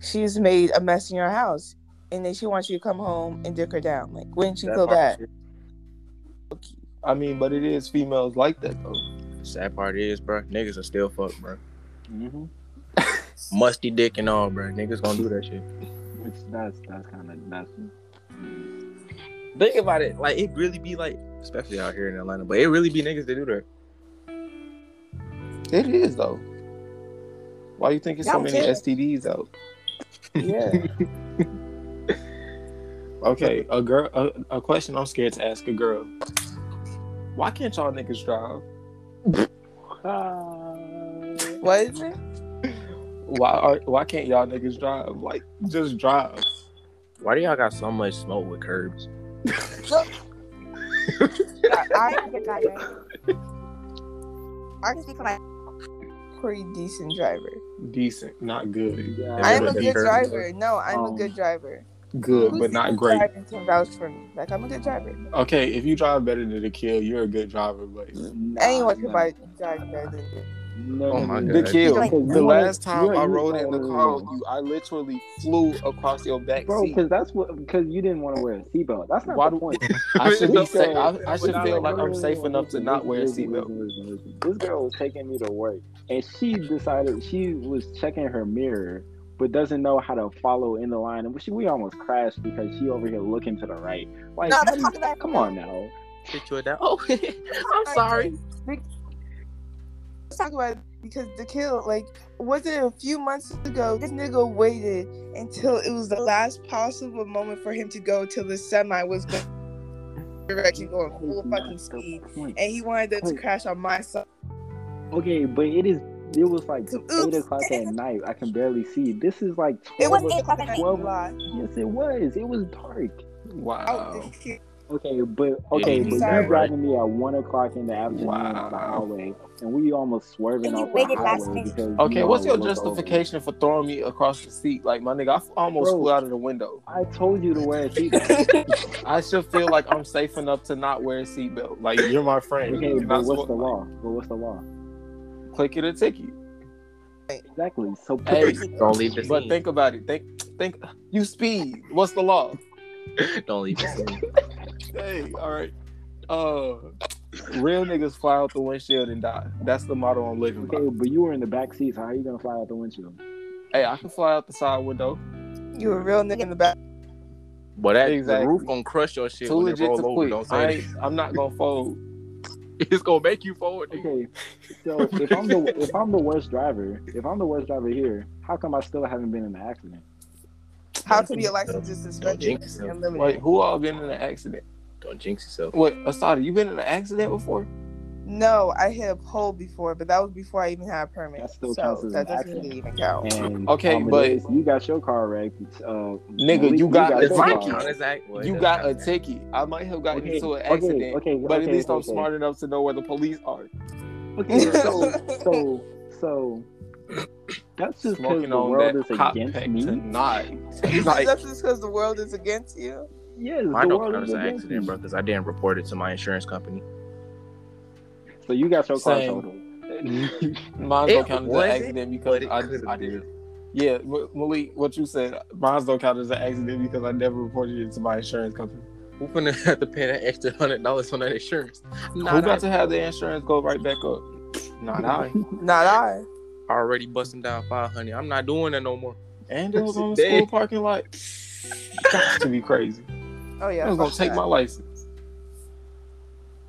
S1: she's made a mess in your house. And then she wants you to come home and dick her down. Like, wouldn't you
S4: That
S1: feel
S4: part
S1: bad?
S6: I mean, but it is females like that though.
S4: Sad part is, bro, niggas are still fucked, bro.
S2: mm-hmm.
S4: Musty dick and all, bro. Niggas gonna do that shit.
S2: it's that's that's kind of that's
S4: Think about it. Like, it really be like, especially out here in Atlanta, but it really be niggas that do that.
S6: It is though. Why you think it's so
S1: Y'all
S6: many
S1: too.
S6: STDs out?
S1: Yeah.
S6: *laughs* Okay, a girl. A, a question I'm scared to ask a girl. Why can't y'all niggas drive?
S1: what is it?
S6: Why are, Why can't y'all niggas drive? Like just drive.
S4: Why do y'all got so much smoke with curbs?
S1: I, *laughs*
S5: I
S1: I
S5: am a good driver. I can speak for my.
S1: pretty decent driver.
S6: Decent, not good.
S2: Yeah,
S1: I am a
S4: would be
S1: good
S4: perfect.
S1: driver. No, I'm a
S2: Um,
S1: good driver.
S6: Good,
S1: Who's
S6: but not
S1: even
S6: great.
S1: driving Can vouch for me. Like I'm a good driver.
S6: Okay, if you drive better than the kill, you're a good driver. But
S2: Nah,
S1: Anyone
S2: no,
S1: can buy drive better than me.
S2: no,
S4: Oh my
S2: no,
S6: the
S4: God.
S6: kill.
S5: Like,
S6: The
S2: you
S6: last
S2: wanna-
S6: time
S2: yeah,
S6: I
S2: you
S6: rode in the
S2: wanna-
S6: car with you, I literally flew across your back
S2: bro,
S6: seat.
S2: because that's what because you didn't want to wear a seatbelt. That's not
S6: Why
S2: the
S6: do- *laughs*
S2: point.
S6: I should be
S2: This
S6: safe.
S2: girl-
S6: I, I should
S2: Nah,
S6: feel
S2: like,
S6: like I'm
S2: listen,
S6: safe
S2: listen,
S6: enough to
S2: listen,
S6: not wear a
S2: listen,
S6: seatbelt.
S2: listen, listen, listen. This girl was taking me to work, and she decided she was checking her mirror, but doesn't know how to follow in the line. And she, we almost crashed because she over here looking to the right. Like,
S1: No,
S2: how
S1: that's
S2: do-
S1: not the right
S2: come on now.
S4: Hit you with that. Oh, I'm sorry.
S1: Let's talk about it because the kill, like, was it a few months ago? This nigga waited until it was the last possible moment for him to go till the semi was going direction going full
S2: That's not
S1: fucking
S2: the
S1: speed.
S2: point.
S1: And he wanted it to crash on my side.
S2: Okay, but it is. It was like
S1: Oops.
S2: eight o'clock at night. I can barely see. This is like
S5: It
S2: twelve.
S5: was
S2: o'clock.
S5: eight o'clock at night.
S2: Well,
S1: Lie.
S2: Yes, it was. It was dark.
S1: Out
S2: Oh,
S6: Wow.
S1: the kill.
S2: Okay, but okay,
S4: Yeah,
S2: but you
S1: sorry.
S2: driving me at one o'clock in the afternoon on the
S6: Wow.
S2: highway, and we almost swerving
S5: And you
S2: off the
S5: waited last
S2: highway
S5: minute.
S2: because you
S6: Okay,
S2: know
S6: what's
S2: I
S6: your
S2: was
S6: justification for throwing me across the seat? Like my nigga, I f- almost
S2: Bro.
S6: flew out of the window.
S2: Over. I told you to wear a
S6: *laughs*
S2: seatbelt.
S6: I should feel like I'm safe enough to not wear a seatbelt. Like you're my friend.
S2: okay,
S6: You're
S2: but
S6: not
S2: what's
S6: supposed-
S2: the law? But what's the law?
S6: Click it a ticket.
S2: Exactly. So put
S6: Hey,
S2: the-
S4: Don't leave the
S6: But
S4: scene.
S6: think about it. Think, think. You speed. What's the law?
S2: *laughs*
S4: Don't leave the scene.
S6: Hey, all right. Uh, real niggas fly out the windshield and die. That's the motto I'm living by.
S2: okay, but you were in the back seat, so how are you gonna fly out the windshield?
S6: Hey, I can fly out the side window.
S1: You a real nigga in the back.
S4: But that
S6: Exactly.
S4: the roof gonna crush your shit
S6: Too
S4: when it
S6: legit to
S4: roll over.
S6: quit.
S4: Don't
S6: I
S4: say it.
S6: ain't- I'm not gonna fold.
S4: *laughs* It's gonna make you forward. nigga.
S2: Okay,
S6: *laughs*
S2: so if I'm the if I'm the worst driver, if I'm the worst driver here, how come I still haven't been in an accident?
S1: How come your license is suspended
S4: jinx yourself.
S1: and limited?
S6: Wait, who all been in an accident?
S4: Don't jinx yourself.
S6: What, Asada? You been in an accident before?
S1: No, I hit a pole before, but that was before I even had a permit.
S2: That still
S1: so
S2: counts as
S1: that
S2: an
S1: doesn't
S2: accident.
S1: really even count.
S2: And
S6: Okay,
S2: um,
S6: but-
S2: this, you got your car wrecked. Uh,
S6: Nigga, you got
S4: It's
S6: It's
S2: your
S6: like
S4: not
S2: car
S6: you.
S4: count
S2: wrecked.
S4: as act. well, it
S6: you
S4: does
S6: got
S4: count
S6: a
S4: as-
S6: ticket. I might have gotten
S2: Okay,
S6: into an
S2: okay,
S6: accident,
S2: okay,
S6: but at
S2: okay,
S6: least I'm
S2: okay.
S6: smart enough to know where the police are.
S2: Okay, so
S6: *laughs*
S2: so so that's just because the
S6: Smoking on
S2: world is
S6: that hot
S2: against
S6: pack
S2: me.
S6: tonight.
S1: That's *laughs*
S6: Like,
S1: just because the world is against you.
S2: Yes, the
S4: Mine don't
S2: world
S4: count
S2: is
S4: as an
S2: against
S4: accident,
S2: me.
S4: bro, because I didn't report it to my insurance company.
S2: So you got your car
S6: Same.
S2: totaled.
S6: mine's
S4: It
S6: don't count as an
S4: wasn't,
S6: accident because I, I didn't. Yeah, Ma- Malik, what you said, mine's don't count as an accident because I never reported it to my insurance company.
S4: We're gonna *laughs* have to pay that extra hundred dollars on that insurance.
S6: Who
S4: Not
S6: about
S4: I,
S6: to have the insurance go right back up? *laughs* Not I.
S1: Not I.
S4: already busting down five hundred. I'm not doing that no more.
S6: And
S4: *laughs*
S6: it was on the
S4: Today.
S6: school parking lot. Got to be crazy.
S1: Oh yeah.
S6: I was gonna
S1: fuck
S6: take
S1: that.
S6: my license.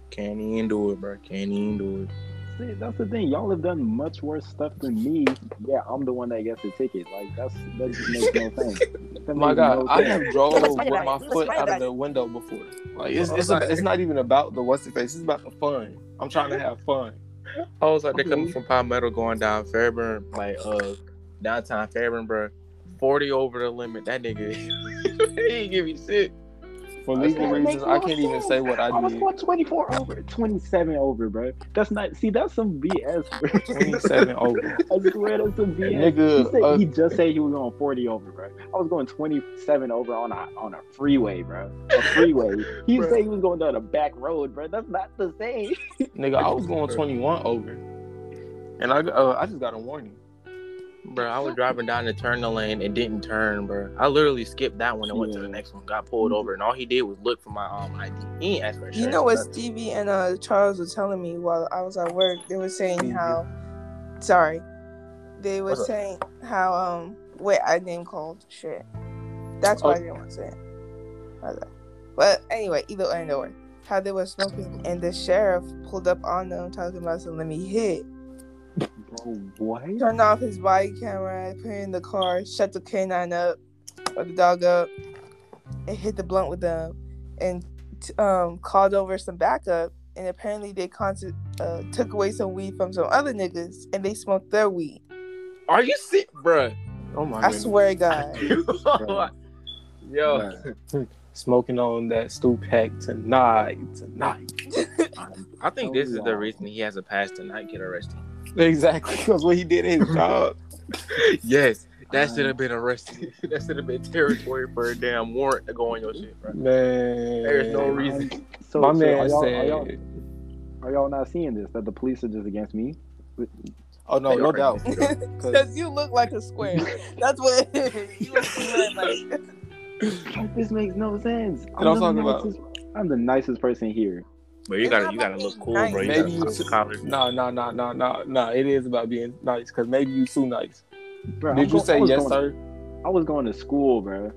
S4: Can't even do it, bro. Can't even do it.
S2: See, that's the thing. Y'all have done much worse stuff than me. Yeah, I'm the one that gets the ticket. Like that's that just makes no
S6: *laughs*
S2: sense. That
S6: My
S2: makes
S6: God,
S2: no
S6: I
S2: sense.
S6: have drove
S5: Let's
S6: with
S5: fight
S6: my
S5: about it. Let's
S6: foot
S5: fight
S6: out of
S5: about
S6: the window before. Like it's it's, it's not even about the what's the face. It's about the fun. I'm trying to have fun.
S4: I was Oh, like, they coming from Palmetto going down Fairburn, like uh downtown Fairburn, bro. Forty over the limit. That nigga, *laughs* he ain't give you shit.
S6: For
S2: That
S6: legal
S2: makes
S6: reasons,
S2: no
S6: I can't even
S2: sense.
S6: say what
S2: I
S6: I
S2: was
S6: did.
S2: going 24 over, 27 over, bro. That's not. See, that's some BS. Bro.
S6: 27
S2: *laughs*
S6: over.
S2: I swear that's some BS. He, said,
S6: Oh. Nigga,
S2: he just said he was going 40 over, bro. I was going 27 over on a on a freeway, bro. A freeway. He
S4: Bro.
S2: said he was going down a back road, bro. That's not the same.
S6: uh, nigga, I was going 21 over, and I uh, I just got a warning.
S4: Bro, I was driving down the turn lane and didn't turn, bro. I literally skipped that one and went to the
S2: Yeah.
S4: next one. Got pulled over, and all he did was look for my um ID. He ain't asked for
S1: You
S4: insurance
S1: know
S4: or
S1: what
S4: nothing.
S1: Stevie and uh, Charles were telling me while I was at work? They were saying
S6: Stevie.
S1: how, sorry, they were
S4: What's up?
S1: saying how um wait I name called shit. That's why I didn't want to say it. Okay. But anyway, either way, no way. How they were smoking and the sheriff pulled up on them talking about some let me hit.
S2: Bro, what?
S1: Turned off his body camera, put it in the car, shut the canine up or the dog up, and hit the blunt with them, and t- um, called over some backup. And apparently they con- uh, took away some weed from some other niggas, and they smoked their weed.
S4: Are you sick, bro?
S6: Oh my
S1: I swear to
S4: *laughs*
S1: God.
S4: Yo,
S6: Smoking on that stew pack tonight, tonight.
S4: I think this is
S2: Wow.
S4: the reason he has a pass to not get arrested.
S6: *laughs* Exactly, because what he did in *laughs* his job.
S4: Yes, that should have been arrested. *laughs* that should have been territory for a damn warrant to go on your shit, bro.
S6: Man,
S4: There's no reason.
S2: So,
S6: My
S2: so
S6: man
S2: are y'all,
S6: said,
S2: are, y'all, are y'all not seeing this? That the police are just against me?
S6: "Oh no,
S4: They
S6: no
S4: are.
S6: doubt." *laughs* 'Cause
S1: Because you look like a square. That's what *laughs* it is. You
S2: *laughs*
S1: look square, like,
S2: Like, this makes no sense.
S6: What I'm
S2: the
S6: talking about.
S2: nicest, I'm the nicest person here.
S4: But you
S1: It's
S4: gotta,
S1: not
S4: you gotta
S1: about
S4: look
S1: being
S4: cool,
S1: nice.
S4: bro. You
S6: Maybe
S4: gotta
S6: you
S4: put the
S6: took-
S4: collar.
S6: No, no, no, no, no, no. It is about being nice because maybe you too nice.
S2: Bro, I'm
S6: Did you
S2: go- I
S6: say
S2: was
S6: yes,
S2: going-
S6: sir?
S2: I was going to school, bro.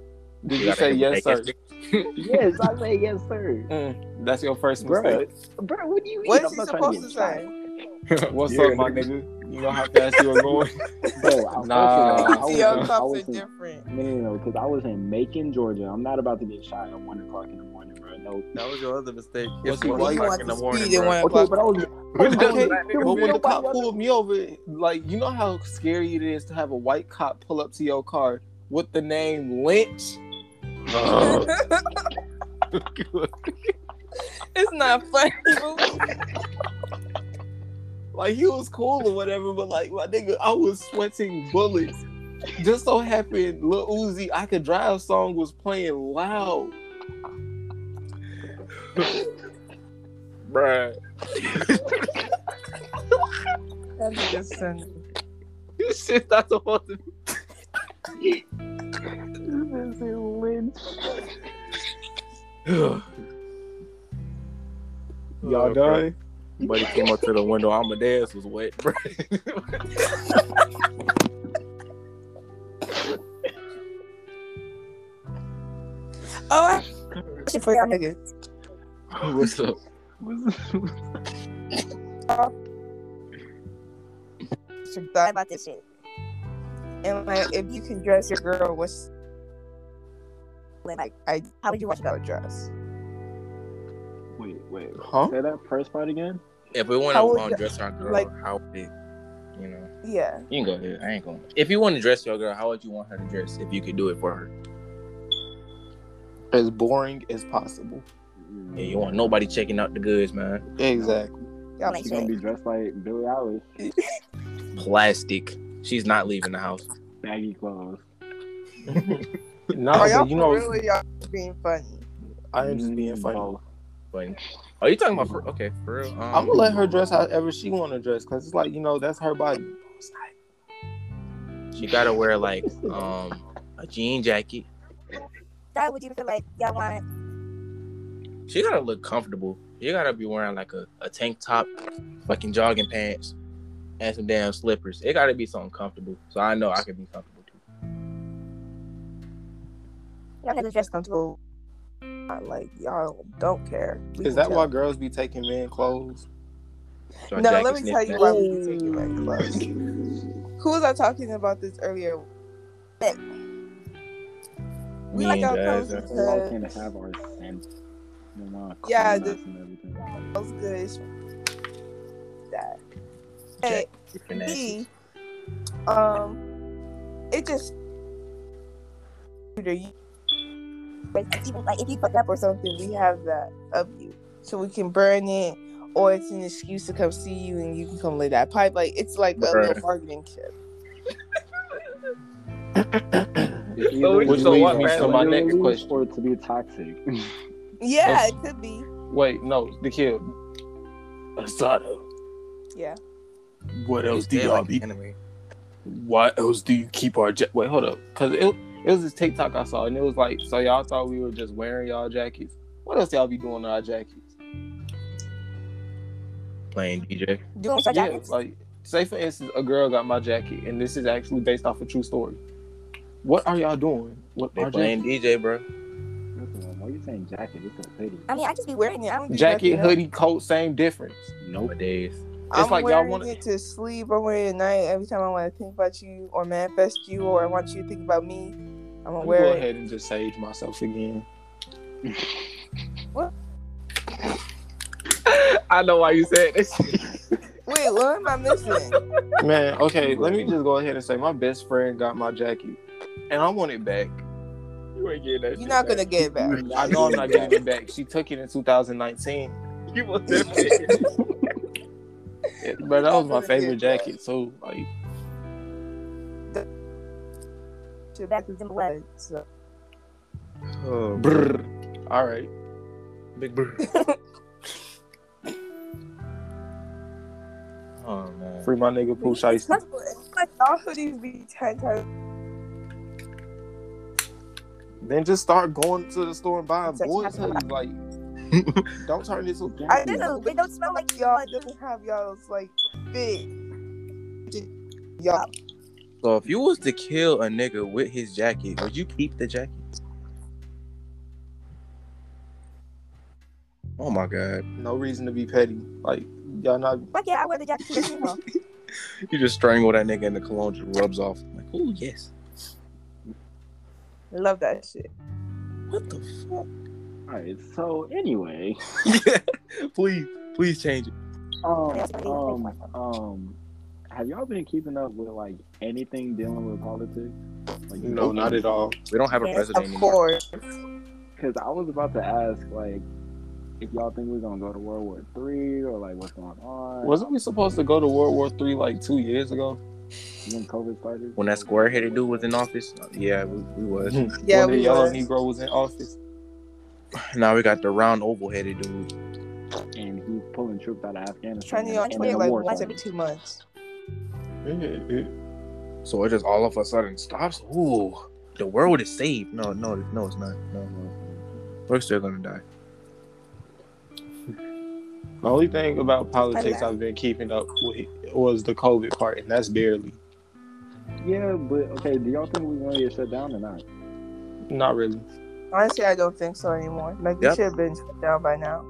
S6: Did
S4: You
S6: you
S4: gotta
S6: say yes,
S4: take it.
S6: sir?
S2: Yes, I say yes, sir.
S6: Mm, that's your first
S2: Bruh. *laughs*
S6: mistake.
S2: Bro, what do you mean?
S1: What is
S2: I'm
S1: he
S2: not trying
S1: supposed
S2: get
S1: to
S2: shot.
S1: say?
S6: What's
S2: Yeah.
S6: up, my nigga? You know how fast
S2: *laughs*
S6: you were going?
S7: *laughs*
S2: Bro, I-
S6: Nah.
S2: first of all, I was- I
S1: PTO
S2: was,
S1: cups are
S2: in-
S1: different.
S2: no, no, no, because I was in Macon, Georgia. I'm not about to get shot at one o'clock in the morning, bro. No.
S4: That was your other mistake.
S6: What's
S4: It's
S6: he
S4: one
S6: like?
S4: o'clock in the morning, bro.
S2: *laughs* Okay, but I was.
S6: Okay, but when the
S2: Nobody
S6: cop
S2: else-
S6: pulled me over, like you know how scary it is to have a white cop pull up to your car with the name Lynch.
S1: *laughs* it's not funny. but-
S6: Like he was cool or whatever, but like my nigga, I was sweating bullets. Just so happened, Lil Uzi, I could drive song was playing loud.
S4: Bruh.
S1: That's just funny.
S4: This shit's not supposed to be.
S2: This is Lynch.
S4: Y'all done? Buddy came up to the window. All my dad's was
S1: *laughs*
S4: wet, bro.
S5: Oh,
S1: Shit for y'all niggas.
S7: *laughs* What's up?
S5: I forgot about this shit.
S1: And like, if you can dress your girl, what's
S5: Like,
S1: I?
S5: how would you watch
S1: girl
S5: that?
S1: dress?
S2: *laughs* Wait, wait.
S7: Huh?
S2: Say that press part again.
S7: If we want
S1: How would
S7: to
S1: you-
S7: dress our girl,
S1: like-
S7: how would it? You know,
S1: Yeah.
S7: you can go ahead. I ain't going. to If you want to dress your girl, how would you want her to dress? If you could do it for her,
S6: as boring as possible.
S7: yeah,
S2: Mm,
S7: you want nobody checking out the goods, man.
S6: Exactly.
S1: Y'all
S5: Like,
S2: She's gonna be dressed like Billie Eilish,
S7: Plastic. She's not leaving the house.
S2: baggy clothes.
S1: Are
S6: No, but
S1: y'all
S6: you know,
S1: really y'all being funny?
S6: I am just being funny.
S2: Oh,
S7: But are you talking about? For, okay, for real. Um,
S6: I'm gonna let her dress however she want to dress, cause it's like you know that's her body.
S7: She gotta wear like um a jean jacket.
S5: That would you feel like y'all want?
S7: She gotta look comfortable. You gotta be wearing like a, a tank top, fucking jogging pants, and some damn slippers. It gotta be something comfortable. So I know I can be comfortable too.
S5: Y'all niggas dress
S1: Comfortable. I, Like y'all don't care. We
S6: Is
S1: can
S6: that
S1: tell.
S6: why girls be taking men clothes?
S7: So a
S1: No,
S7: jacket
S1: let me tell
S7: snip
S1: you
S7: back.
S1: why we can take you back close. Who was I talking about this earlier?
S7: Me
S1: We like
S7: and
S1: our
S7: Jazz
S1: clothes
S7: are-
S2: We all
S1: because
S2: can have our sense. You know,
S1: Uh, Yeah,
S2: clean
S1: the-
S2: us and
S7: *laughs*
S2: everything.
S1: smells good. it's- That. Hey,
S7: Finesse.
S1: B, um, it just you
S5: like even like if you
S1: fuck up or something, we have that of you, so we can burn it, or it's an excuse to come see you and you can come lay that pipe. Like it's like a
S7: Bruh.
S1: little bargaining chip.
S2: It's
S7: So
S2: either
S7: we-
S2: to
S7: so
S2: leave
S7: what,
S2: us
S7: man? So
S6: my
S2: literally
S6: next question.
S2: or to be toxic. *laughs*
S1: Yeah, it could be.
S6: Wait, no, the kid. Asada.
S1: Yeah,
S6: What
S7: It's dead like the enemy.
S6: why else do you keep our jacket? Wait, hold up, because it, it was this TikTok I saw, and it was like, so y'all thought we were just wearing y'all jackets. What else y'all be doing to our jackets?
S7: Playing DJ.
S5: doing with your
S6: yeah,
S5: jackets,
S6: like say for instance, a girl got my jacket, and this is actually based off a true story. What are y'all doing? What
S7: They
S6: our
S7: playing
S6: jacket,
S7: DJ, bro.
S2: First of all, why are you saying jacket? It's a hoodie.
S5: I mean, I just be wearing it. I don't do
S6: jacket,
S5: nothing else.
S6: hoodie, coat, same difference.
S2: Nope.
S7: Nowadays.
S1: I'm
S6: like y'all
S1: wearing
S6: wanna-
S1: it to sleep. I'm wearing it at night. Every time I want to think about you or manifest you, or I want you to think about me, I'm gonna
S6: Let me
S1: wear
S6: go
S1: it.
S6: ahead and just sage myself again.
S7: I know why you said this.
S1: Wait, what am I
S6: *laughs*
S1: missing?
S6: Man, okay, let me just go ahead and say my best friend got my jacket, and I want it back.
S7: you ain't getting that
S1: You're not gonna get
S6: *laughs*
S1: it back.
S6: I know I'm not getting it back. She took it in 2019.
S7: You want that
S6: *laughs* But that was my favorite jacket too. Like,
S1: Shit
S5: Back to the blood.
S1: So,
S7: Oh,
S6: brr. all right.
S7: big bro. oh man.
S6: Free my nigga
S1: *laughs*
S6: Pooh Shiesty.
S1: That's what- it's like all hoodies be ten times.
S6: Then just start going to the store and buying
S5: Sex
S6: boys
S5: happened.
S6: hoodies. Like, don't turn this. Jacket.
S1: I
S5: do.
S1: know,
S5: It don't smell like
S1: Y'all
S5: y'all.
S1: it doesn't have y'all's like big. Y'all,
S7: So if you was to kill a nigga with his jacket, would you keep the jacket? Oh my god.
S6: No reason to be petty. Like, y'all not.
S5: Fuck yeah, I wear the jacket too. you *laughs* know.
S7: You just strangle that nigga and the cologne just rubs off. Like, oh yes.
S1: love that shit.
S7: What the fuck? *laughs*
S2: All right. So anyway,
S7: please, please change it.
S1: Oh,
S2: um, um, um, have y'all been keeping up with like anything dealing with politics? Like,
S6: No, not at
S4: *laughs*
S6: all.
S7: We don't have a
S5: Yes,
S7: president
S1: Of
S7: anymore.
S1: course.
S2: Because I was about to ask like if y'all think we're gonna go to World War Three or like what's going on
S6: Wasn't we supposed to go to World War Three like two years ago?
S2: when COVID started.
S7: When that square headed dude was in office, uh, yeah, we, we was.
S1: Yeah,
S6: when the
S1: we
S6: yellow
S1: was.
S6: Negro was in office.
S7: now we got the round oval headed dude.
S2: and he's pulling troops out of Afghanistan.
S1: trying to
S2: and-
S1: y'all
S2: and
S1: Twitter
S2: the
S1: like
S2: war
S1: once
S2: started.
S1: every two months.
S7: So it just all of a sudden stops. Ooh, the world is saved. No, no, no, it's not. No, no. We're still gonna die.
S6: The only thing about politics I've been keeping up with was the COVID part, and that's barely.
S2: Yeah, but okay. Do y'all think we're gonna get shut down or not?
S6: Not really.
S1: Honestly, I don't think so anymore. Like we
S4: Yep.
S1: should have been shut down by now.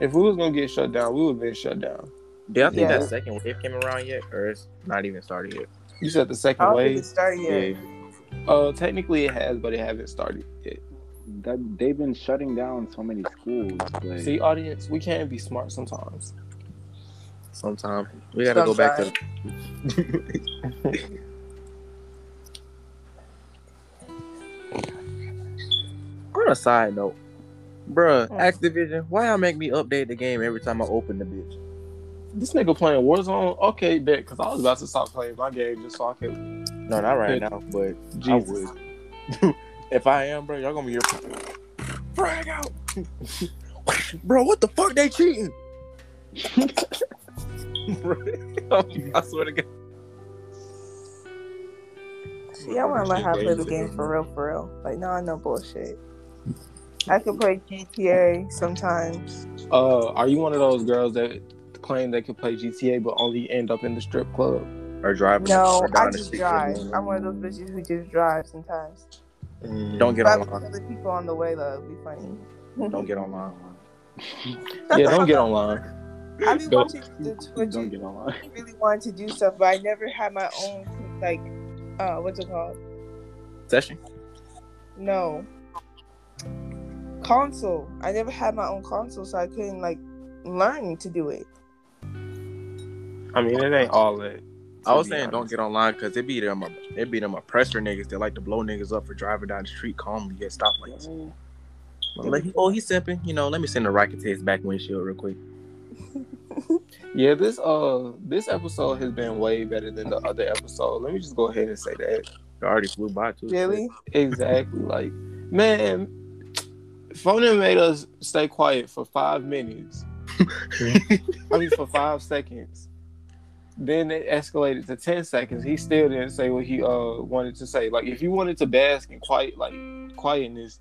S6: If we was gonna get shut down, we would have been shut down.
S4: Do I think
S1: Yeah.
S4: that second wave came around yet, or it's not even started yet?
S6: You said the
S1: I
S6: second
S1: don't think
S6: wave.
S1: it's starting yet.
S6: Uh, technically it has, but it haven't started yet.
S2: That, they've been shutting down so many schools. Like,
S6: See, audience, we can't be smart sometimes.
S4: Sometime we gotta go back to. *laughs* On a side note, bruh,
S1: Mm.
S4: Activision, why y'all make me update the game every time I open the bitch?
S6: This nigga playing Warzone, okay, bet, because I was about to stop playing my game just so I could.
S4: No, not right now, but
S6: Jesus.
S4: I would. if I am, bro, y'all gonna be here. Frag out, bro. What the fuck? They cheating. Bruh, I swear to God.
S1: See, I want to learn how to play the game for real, for real. Like, no, no bullshit. I can play GTA sometimes.
S6: Uh, are you one of those girls that claim they could play GTA but only end up in the strip club?
S4: Or driving.
S1: No,
S4: down
S1: I
S4: the
S1: just
S4: street.
S1: drive. I'm one of those bitches who just drive sometimes.
S7: Mm.
S4: Don't get
S1: But with
S4: online.
S1: other people on the way, though, it'd be funny.
S4: Don't get online.
S6: Yeah, don't get online.
S1: I've been
S6: Don't-
S1: watching the Twitch.
S2: don't get online. *laughs*
S1: I really wanted to do stuff, but I never had my own, like, uh, what's it called?
S4: Session.
S1: No. Console. I never had my own console, so I couldn't, like, learn to do it.
S6: I mean, it ain't all that.
S4: I
S6: to
S4: was
S6: be
S4: saying don't
S6: honest.
S4: get online because it be them. It be them oppressor niggas that like to blow niggas up for driving down the street calmly at stoplights. Like, oh, he's simping. You know, let me send a rocket to his back windshield real quick.
S6: Yeah, this uh, this episode has been way better than the other episode. Let me just go ahead and say that.
S4: It already flew by too.
S1: Really?
S6: Exactly. like, man, Fonin made us stay quiet for five minutes. I mean, for five seconds. Then it escalated to ten seconds. He still didn't say what he uh wanted to say. Like, if you wanted to bask in quiet, like quietness,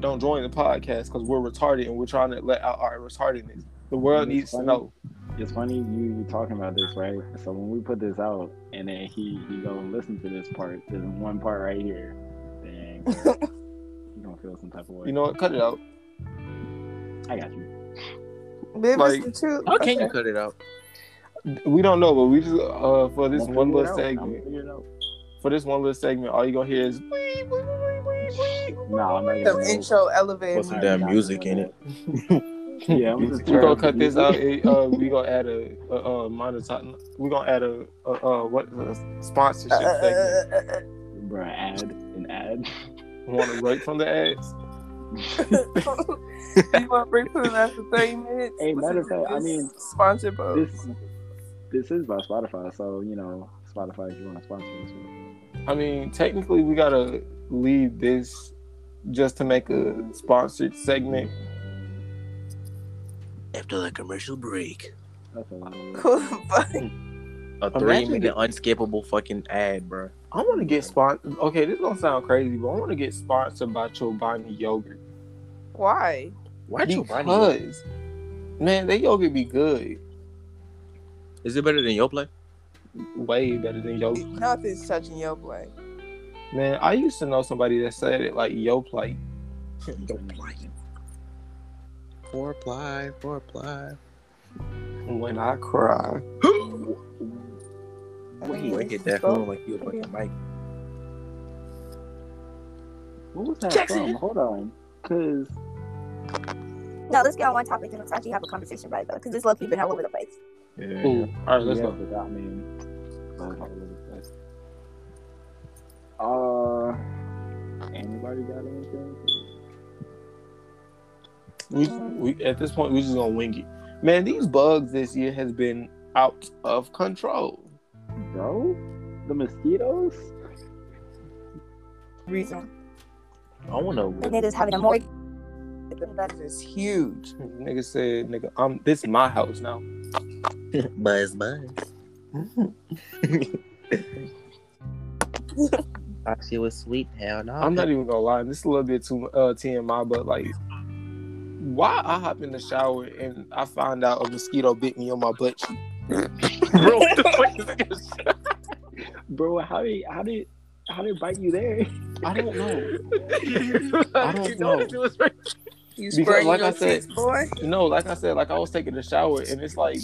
S6: don't join the podcast because we're retarded and we're trying to let out our retardedness. The world
S2: It's
S6: needs to
S2: funny.
S6: know.
S2: It's funny you you talking about this, right? So when we put this out, and then he he go and listen to this part. There's one part right here. Dang,
S1: *laughs*
S2: girl. you gonna feel some type of way.
S6: You know what? Cut it out.
S2: I got you.
S1: Maybe
S6: Like-
S1: it's the truth.
S7: Oh,
S4: How can you cut it out?
S6: We don't know, but we just uh for this
S2: I'm
S6: one
S2: gonna
S6: little
S2: figure it out. I'm gonna
S6: segment.
S2: figure it out.
S6: for this one little segment, all you gonna hear is
S2: Nah, I'm not
S1: Some
S2: gonna.
S1: intro elevator.
S4: What's
S2: *laughs*
S4: Some damn music in it.
S2: Yeah, I'm just
S6: we gonna cut this out. and, uh, we gonna add a, a, uh monetize. We gonna add a, a, uh what a sponsorship
S1: Uh, uh,
S6: segment.
S1: uh, uh, uh,
S2: Bruh, ad an ad. *laughs*
S6: Want to break from the ads?
S1: *laughs* you want to break for the last 30 minutes?
S2: Hey, matter of
S1: Listen to
S2: fact, I
S1: this
S2: mean,
S1: sponsored by
S2: This this is by Spotify, so you know Spotify if you want to sponsor us.
S6: I mean, technically, we gotta leave this just to make a sponsored segment.
S4: After the commercial break,
S2: That's a lot of work.
S1: Cool. Bye.
S4: a three
S6: Imagine
S4: minute unskippable fucking ad, bro.
S6: I want to get sponsored. Okay, this gonna sound crazy, but I want to get sponsored by Chobani yogurt
S1: Why?
S4: Why you buy it?
S6: because man, they yogurt be good,
S4: Is it better than your play?
S6: way better than yogurt.
S1: Nothing's touching your play.
S6: Man, I used to know somebody that said it like yo plate.
S4: Your play. Four ply, four ply.
S6: When I cry.
S1: Wait,
S4: Boy, hit that phone like you a fucking mic.
S2: What was that
S1: Jackson.
S2: from? Hold on, cause
S5: No, let's get on one topic and let's actually have a conversation about it though, because this love been all over the place.
S4: Yeah.
S6: Ooh. All right, let's
S2: yeah,
S6: go.
S2: but I mean, that's all over the place. uh, anybody got anything?
S6: We, we at this point we just gonna wing it. Man, these bugs this year has been out of control.
S2: Bro, the mosquitoes.
S1: Reason.
S4: I want
S5: The
S4: to.
S5: niggas having a more.
S1: That is huge.
S6: Nigga said, nigga, I'm this is my house now.
S4: Buzz, *laughs* buzz. Thought she was sweet. Hell *laughs* no.
S6: I'm not even gonna lie, this is a little bit too uh TMI, but like why I hop in the shower and I find out a mosquito bit me on my butt cheek.
S4: Bro, what the fuck is this?
S2: Bro, how did how did I didn't bite you there.
S6: I don't know.
S4: I
S6: don't know.
S1: You
S6: Because
S1: spraying
S6: like
S1: your
S6: I said-
S2: *laughs*
S1: cheeks, boy.
S6: No, like I said, like I was taking a shower and it's like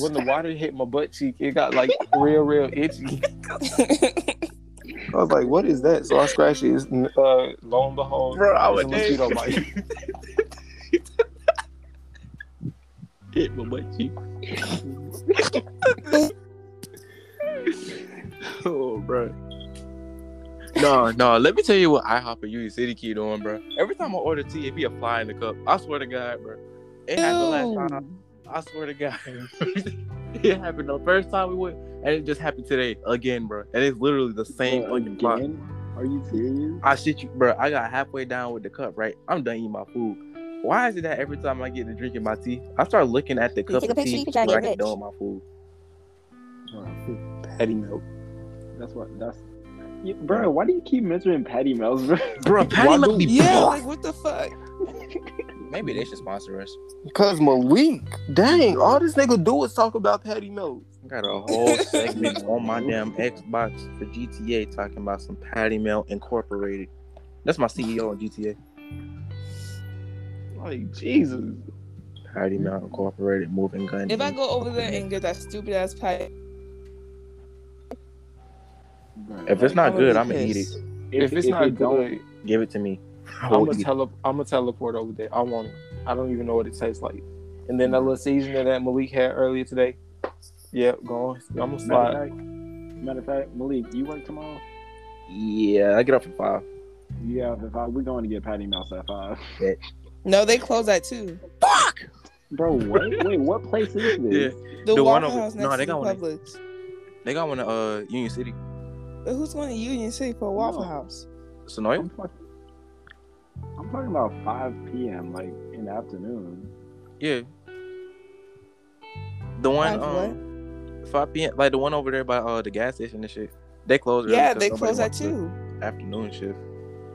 S6: when the water hit my butt cheek, it got like real, real
S2: *laughs*
S6: itchy. I was like, "What is that?" So I scratched it. It's, Uh, lo and behold,
S2: Bro, I
S6: it's a mosquito bite.
S4: *laughs* Hit my butt cheek. *laughs* oh, bro. No, no. Let me tell you what IHOP and Union City Key doing, bro. Every time I order tea, it be a fly in the cup. I swear to God, bro. It happened last time. I swear to God. *laughs* it happened the first time we went, and it just happened today again, bro. And it's literally the *laughs* same
S2: Bro,
S4: fucking fly.
S2: again? Are you serious?
S4: I shit you, bro. I got halfway down with the cup, right? I'm done eating my food. Why is it that every time I get to drinking my tea, I start looking at the cup
S5: take a
S4: of
S5: picture,
S4: tea
S5: you can try to
S4: when I get
S5: get
S4: done
S5: rich.
S4: with my food?
S6: Patty melt.
S2: That's what. That's. You, bro, why do you keep mentioning Patty Mel's, bro?
S4: Bro, Patty Melt be
S1: Yeah, like what the fuck?
S4: Maybe they should sponsor us.
S6: Cause Malik, dang, all this nigga do is talk about Patty melt.
S4: I got a whole segment on my damn Xbox for GTA talking about some Patty Melt Incorporated. That's my CEO on GTA.
S6: Like Jesus,
S4: Patty Melt Incorporated, moving gun.
S1: If I go over there and get that stupid ass patty,
S2: Bro,
S4: If it's not
S1: I'm gonna
S4: good,
S1: be
S4: I'm gonna eat it.
S1: pissed.
S6: if, it's
S2: if
S6: not
S2: it don't-
S6: good,
S4: Give it to me. I
S6: I'm
S4: will
S6: a
S4: eat it.
S6: tele- I'm a teleport over there. I want it. I don't even know what it tastes like. And then that little seasoning that Malik had earlier today. Yep, go on. I'm gonna slide.
S2: Matter of, fact, matter of fact, Malik, you work tomorrow.
S4: Yeah, I get up at five.
S2: Yeah, if I, we're going to get Patty Mel's at five.
S1: no, they close that too.
S2: Bro, what? Wait, what
S6: *laughs*
S2: place is this?
S1: The,
S4: The one
S1: Waffle
S4: over-
S1: House
S4: no,
S1: next
S4: they
S1: to
S4: got one in-
S1: Publix.
S4: They got one in uh, Union City.
S1: But who's going to Union City for a Waffle
S2: No.
S1: House?
S4: Sonoya?
S2: I'm, talking, I'm talking about 5 p.m. like in the afternoon.
S4: Yeah. The one
S1: Five
S4: um five PM like the one over there by uh the gas station and shit. They close early
S1: Yeah,
S4: 'cause
S1: they
S4: nobody
S1: close that
S4: wants the
S1: too.
S4: Afternoon shift.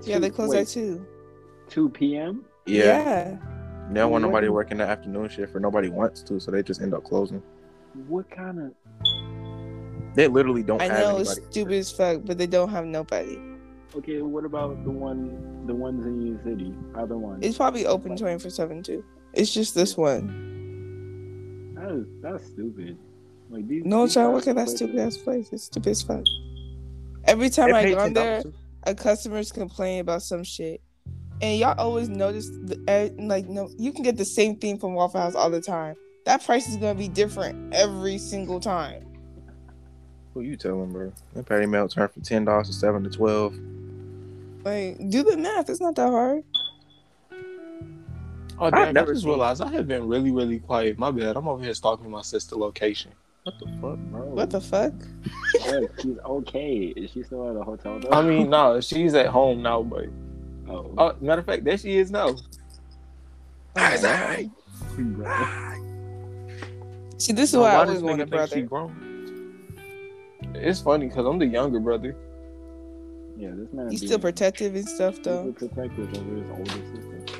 S1: Yeah, they close that
S2: Wait,
S1: too.
S2: 2 p.m.
S4: Yeah. They don't want
S2: What
S4: nobody
S2: do-
S4: working the afternoon shift or nobody wants to, so they just end up closing.
S2: What kind of?
S4: They literally don't
S1: I
S4: have
S1: know it's
S4: anybody.
S1: stupid as fuck, but they don't have nobody.
S2: Okay, what about the one, the ones in your city? Other one.
S1: It's probably open twenty four seven too. It's just this one.
S2: That is that's stupid. Like these.
S1: No,
S2: these
S1: child,
S2: guys
S1: look at that
S2: play-
S1: stupid ass place. It's stupid as fuck. Every time
S4: They
S1: I
S4: pay
S1: go in there,
S4: $10 too.
S1: a customer's complaining about some shit, and y'all always notice the eh, like no, you can get the same thing from Waffle House all the time. That price is gonna be different every single time.
S4: Who you telling, bro? That patty melt turned from ten dollars to seven to twelve.
S1: Like, do the math. It's not that hard.
S6: Oh, damn, I
S4: never
S6: just
S4: seen-
S6: realized I have been really, really quiet. My bad. I'm over here stalking my sister location.
S4: What the fuck?
S2: Bro,
S1: What the fuck?
S2: look, she's okay. Is she still at a hotel though?
S6: I mean, no, she's at home now, but
S2: oh,
S6: *laughs* oh, matter of fact, there she is now.
S4: Ah, Isaac!
S2: bro.
S1: See, this is
S6: Now,
S1: why I
S6: does
S1: always want a
S6: nigga think she
S1: brother.
S6: grown? It's funny because I'm the younger brother.
S2: yeah, this man.
S1: He's
S2: being-
S1: still protective and stuff,
S2: he's a
S4: *laughs*
S1: though.
S2: protective over his older sister.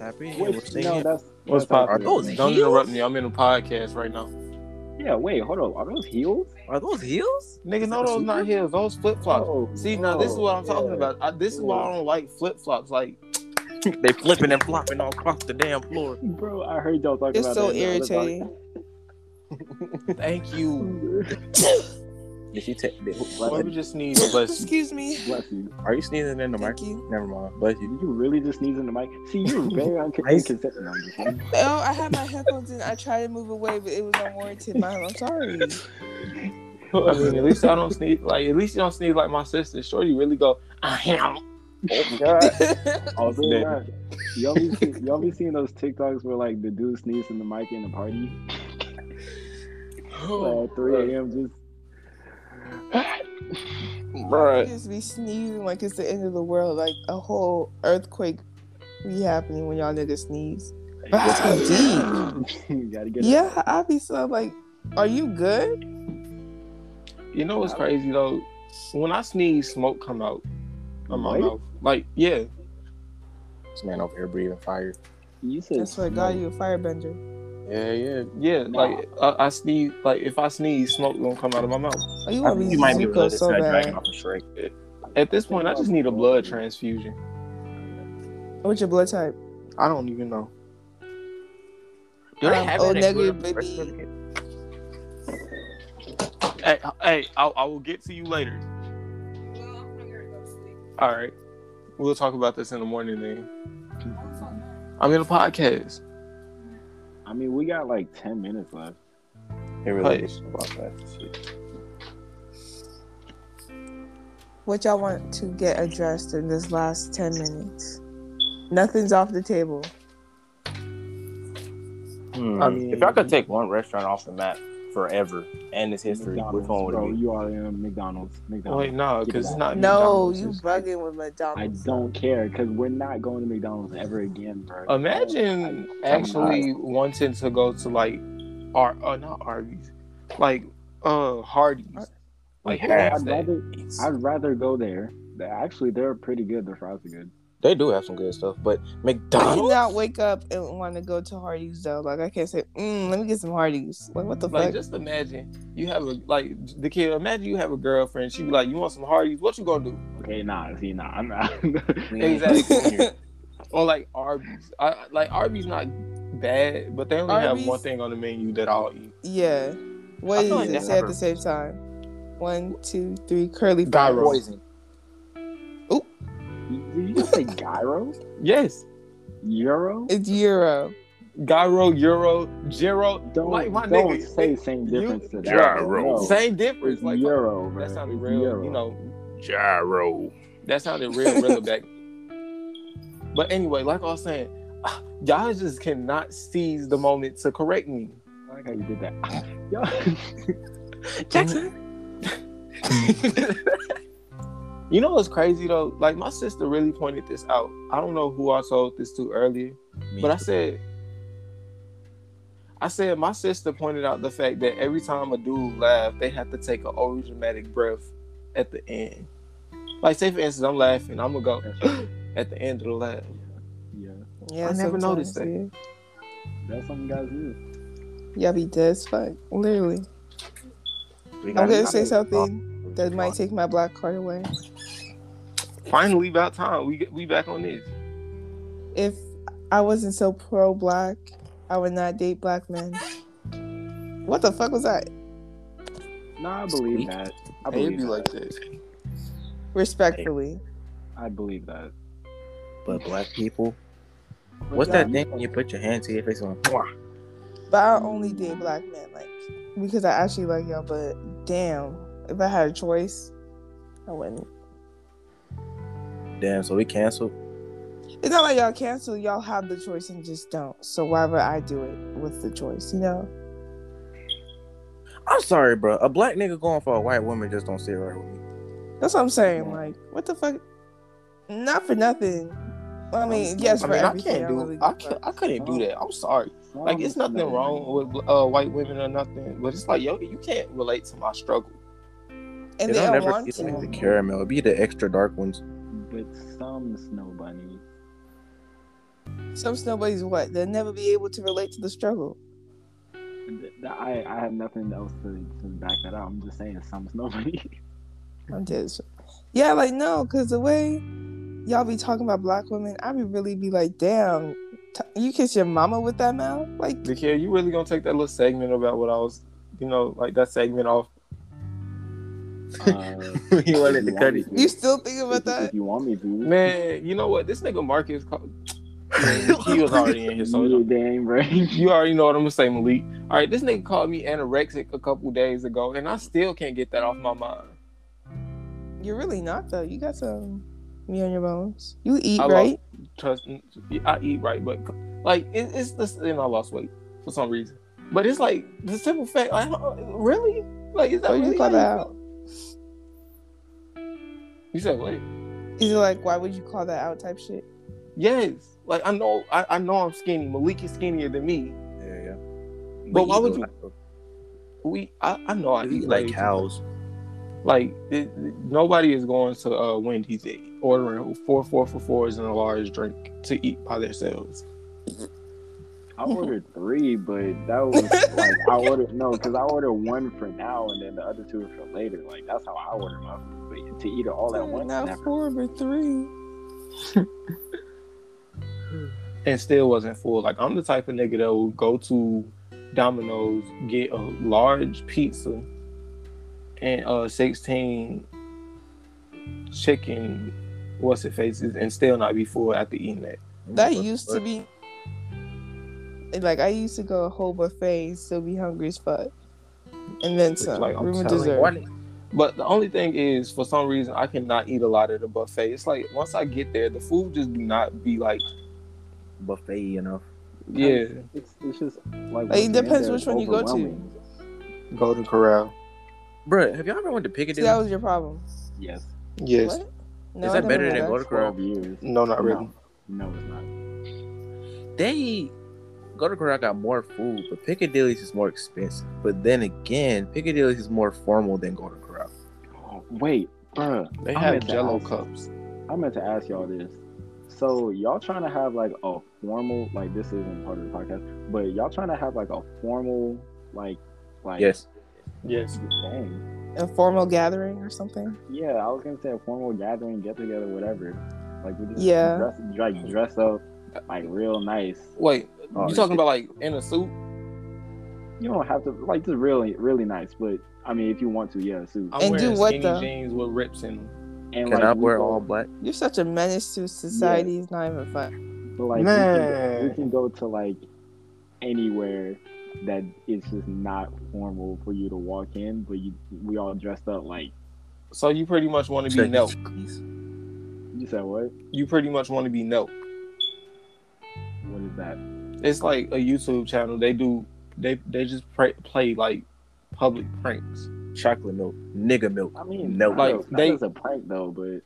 S4: Happy?
S2: Wait,
S4: We're
S2: no,
S4: singing.
S2: that's
S6: What's
S2: that's
S6: poppin'?
S4: those
S2: not-
S6: Don't
S4: heels?
S6: interrupt me. I'm in a podcast right now.
S2: Yeah, wait, hold on. Are those heels?
S4: Are those heels?
S6: Nigga, no,
S4: that
S6: those not heels. Those flip flops.
S2: Oh,
S6: See, now this is what I'm
S2: yeah.
S6: talking about. I, this is why I don't like flip flops. Like,
S4: *laughs* they flipping and flopping all across the damn
S2: *laughs*
S4: floor.
S2: Bro, I heard y'all talking
S1: It's
S2: about
S1: so
S2: that in the other
S1: irritating.
S6: thank you.
S2: podcast.
S4: Did she take? Did,
S6: Boy, we just need
S1: *laughs*
S6: to bless
S1: Excuse me.
S2: Bless you.
S4: are you sneezing in the mic?
S1: Thank you.
S4: Never mind. Bless you.
S2: Did you really just sneeze in the mic? See,
S6: *laughs*
S2: you're very
S4: Nice.
S2: unconsiderate. No, I'm just kidding.
S1: Oh, I had my headphones in. I tried to move away, but it was unwarranted. Mom, I'm sorry. *laughs*
S6: I mean, at least I don't sneeze. Like, at least you don't sneeze like my sister. Sure, you really go. "Ahem."
S2: Also,
S4: Damn.
S2: yeah, y'all be, see- y'all be seeing those TikToks where like the dude sneezes in the mic in the party
S6: Oh,
S2: like, at 3 a.m. Just
S1: You
S6: Bruh.
S1: just be sneezing like it's the end of the world, like a whole earthquake be happening when y'all niggas sneeze. That's indeed.
S2: *laughs* you gotta get
S1: Yeah, I be so like, are you good?
S6: You know what's crazy though? When I sneeze, smoke come out of my
S2: What?
S6: mouth. Like, yeah,
S4: This man over here breathing fire.
S2: You said
S1: That's what got you a firebender.
S4: Yeah, yeah.
S6: yeah. Like, I, I sneeze. Like, if I sneeze, smoke gonna come out of my mouth.
S1: Oh, you want to be Zuko so bad.
S4: off of Shrek.
S6: At this point, I just need a blood transfusion.
S1: What's your blood type?
S6: I don't even know.
S7: Do they
S1: Um,
S7: have
S1: O
S7: that included
S1: negative,
S7: on the birth
S1: baby.
S7: certificate?
S6: Hey, hey, I, I will get to you later. All right, we'll talk about this in the morning then. I'm in a podcast.
S2: I mean, we got like ten minutes left.
S4: It
S6: Like-
S4: really is about that shit.
S1: What y'all want to get addressed in this last ten minutes? Nothing's off the table.
S4: I
S7: I
S4: mean-
S7: mean, if I could take one restaurant off the map forever and its history, which
S2: McDonald's,
S7: one would
S2: bro,
S7: it be?
S2: you are in McDonald's. McDonald's.
S6: Wait, no, because it's not.
S1: No,
S6: McDonald's,
S1: you
S6: it's-
S1: bugging with
S2: I
S1: McDonald's.
S2: don't care because we're not going to McDonald's ever again, bro.
S6: Imagine actually wanting to go to like, R, uh, not Arby's, like uh Hardee's. Like,
S4: Like,
S6: who has
S2: I'd
S6: that?
S2: rather, I'd rather go there. They- Actually, they're pretty good. Their fries are good.
S4: They do have some good stuff, but
S1: I
S4: McDonald's.
S1: cannot wake up and want to go to Hardee's though. Like I can't say, mm, let me get some Hardee's. Like what the
S6: Like,
S1: fuck?
S6: just imagine you have a like the kid. Imagine you have a girlfriend. She be like, "You want some Hardee's? What you gonna do?"
S2: Okay, nah, see, nah, I'm not. *laughs*
S6: Exactly. or like Arby's. I- I, like Arby's not bad, but they only
S1: Arby's-
S6: have one thing on the menu that I'll eat.
S1: *laughs* yeah.
S7: I
S1: What is
S7: feel like
S1: it?
S7: that's
S1: Say at
S7: never-
S1: the same time. One, two, three. Curly
S6: Gyro.
S1: fries.
S4: Poison.
S2: Did you just say gyro?
S6: Yes,
S2: Euro?
S1: It's Euro.
S6: gyro, euro, gyro.
S2: Don't,
S6: like my
S2: don't
S6: nigga,
S2: say
S6: it-
S2: same
S6: you-
S2: difference to that.
S6: Gyro.
S2: No.
S6: Same difference.
S2: It's
S6: Like
S2: euro, bro.
S6: that sounded
S2: It's
S6: real.
S2: euro.
S6: You know,
S7: Gyro.
S6: that sounded real, real back. But anyway, like I was saying, ah, y'all just cannot seize the moment to correct me.
S2: I like how you did that.
S6: *laughs*
S2: *laughs* Yo,
S6: Jackson. you know what's crazy though? Like my sister really pointed this out. I don't know who I told this to earlier, but I said, I said my sister pointed out the fact that every time a dude laughs, they have to take an over dramatic breath at the end. Like say for instance, I'm laughing, I'm gonna go at the end of the laugh.
S2: yeah,
S1: Yeah,
S6: I never noticed that.
S1: sometimes,
S2: that's something guys do.
S1: Yeah. Y'all be dead as fuck. Literally. I'm gonna say something that might take my black card away.
S6: Finally, about time we we back on this.
S1: If I wasn't so pro black, I would not date black men. What the fuck was that?
S2: Nah, I believe that. I
S6: Hey,
S2: believe
S6: It'd be
S2: that.
S6: like this.
S1: Respectfully.
S2: I believe that.
S7: But black people.
S2: But
S7: What's
S2: y'all
S7: that
S2: do
S7: thing when you put your hand to your face and go, "Mwah."
S1: But I only date black men, like because I actually like y'all, but damn, if I had a choice, I wouldn't.
S7: Damn, so we canceled.
S1: It's not like y'all cancel, y'all have the choice and just don't. So why would I do it with the choice, you know?
S7: I'm sorry, bro. A black nigga going for a white woman just don't sit right with me.
S1: That's what I'm saying. Like, what the fuck? Not for nothing. I mean, yes,
S6: I
S1: for
S6: mean, I
S1: everything.
S6: can't
S1: I
S6: do.
S1: really give
S6: I
S1: a
S6: can't,
S1: fuck.
S6: I couldn't do that. I'm sorry.
S2: that.
S6: Like it's nothing wrong with uh, white women or nothing, but it's like yo, you can't relate to my struggle.
S1: And
S7: It
S1: they
S7: don't
S1: don't
S7: never
S1: want
S7: it's like the
S1: to.
S7: caramel. It'd be the extra dark ones.
S2: But some snow bunnies.
S1: Some snowbodies, what? They'll never be able to relate to the struggle.
S2: Th- th- I, I have nothing else to, to back that up. I'm just saying some *laughs* snow bunnies.
S1: I'm dead. as- Yeah, like no, because the way y'all be talking about black women, I would really be like, damn, t- you kiss your mama with that mouth? Like,
S6: Nikhil, you really gonna take that little segment about what I was, you know, like that segment off?
S2: Uh,
S7: *laughs* you wanted
S2: if
S7: to
S2: you want
S7: cut it.
S2: me to.
S1: you still think
S2: If-
S1: about that?
S2: If you want me to.
S6: Man, you know what? This nigga
S7: *laughs*
S6: Marcus, called... he was already in his so it
S2: you
S6: don't-
S2: damn right.
S6: *laughs* You already know what I'm gonna say, Malik. All right, this nigga called me anorexic a couple days ago, and I still can't get that off my mind.
S1: You're really not, though. You got some meat on your bones. You eat,
S6: I
S1: right?
S6: trust I eat right, but like it, it's this and I lost weight for some reason. But it's like the simple fact, like huh, really, like is that
S1: Why'd you
S6: really
S1: call
S6: how
S1: that
S6: feel? You said what?
S1: Is it like, why would you call that out type shit?
S6: Yes, like I know, I, I know I'm skinny. Malik is skinnier than me.
S7: Yeah, yeah.
S6: But why
S7: eat
S6: would you-
S7: like-
S6: We, I, I know I
S7: we
S6: eat
S7: eat like
S6: way too-
S7: cows.
S6: Like it, it- nobody is going to uh, Wendy's and ordering four four for fours and a large drink to eat by themselves.
S2: I ordered three, but that was like I ordered no, because I ordered one for now and then the other two are for later. Like that's how I order my food. But to eat it all at once.
S6: Not
S2: Never.
S6: four, but three. and still wasn't full. Like I'm the type of nigga that will go to Domino's, get a large pizza and uh 16 chicken what's it faces and still not be full after eating that.
S1: That used to be like I used to go a whole buffet and still be hungry as fuck, and then some.
S6: like, I'm
S1: room and
S6: telling
S1: dessert.
S6: But the only thing is, for some reason, I cannot eat a lot of the buffet. It's like once I get there, the food just do not be like,
S7: buffet enough.
S6: yeah,
S2: It's, it's just like,
S1: Like, it depends which one you go to.
S6: Golden Corral.
S4: Bro, have y'all ever went to
S1: See,
S4: Piccadilly?
S1: that was your problem.
S2: Yes.
S6: Yes.
S1: What? No,
S4: Is
S1: I never
S4: that better
S1: did
S4: than
S1: that.
S4: Golden Corral?
S2: Twelve years.
S6: No, not really.
S2: No, it's not.
S4: They Golden Corral got more food, but Piccadilly's is more expensive. But then again, Piccadilly's is more formal than Golden Corral.
S2: Wait, bruh.
S6: They
S2: I'm
S6: have
S2: into
S6: Jello
S2: ice.
S6: cups.
S2: I meant to ask y'all this. So y'all trying to have like a formal like this isn't part of the podcast, but y'all trying to have like a formal like like
S4: Yes.
S6: Yes.
S2: dang.
S1: A formal gathering or something.
S2: Yeah, I was gonna say a formal gathering, get together, whatever. Like we just
S1: Yeah.
S2: dress, like dress up like real nice.
S6: Wait,
S4: Oh,
S6: you talking about like in a suit?
S2: You don't have to like just really really nice, but I mean if you want to, yeah, suit.
S6: I'm
S1: And
S6: wearing
S1: do what,
S6: skinny
S1: though?
S6: jeans with rips in them.
S2: And
S4: Can
S2: like,
S4: I
S2: we
S4: wear
S2: go-
S4: all black?
S1: You're such a menace to society. It's not even fun.
S2: But like we can, go- we
S6: Man.
S2: can go to like anywhere that it's just not formal for you to walk in, but you we all dressed up like
S6: So you pretty much want to be
S4: Check
S6: Nelk.
S4: these cookies.
S2: you said what?
S6: You pretty much want to be Nelk.
S2: What is that?
S6: It's like a YouTube channel. They do. They they just pray, play like public pranks.
S4: Chocolate milk, nigga milk.
S2: I mean,
S4: No,
S2: not
S6: like,
S2: as- not
S6: they-
S2: as a prank though, but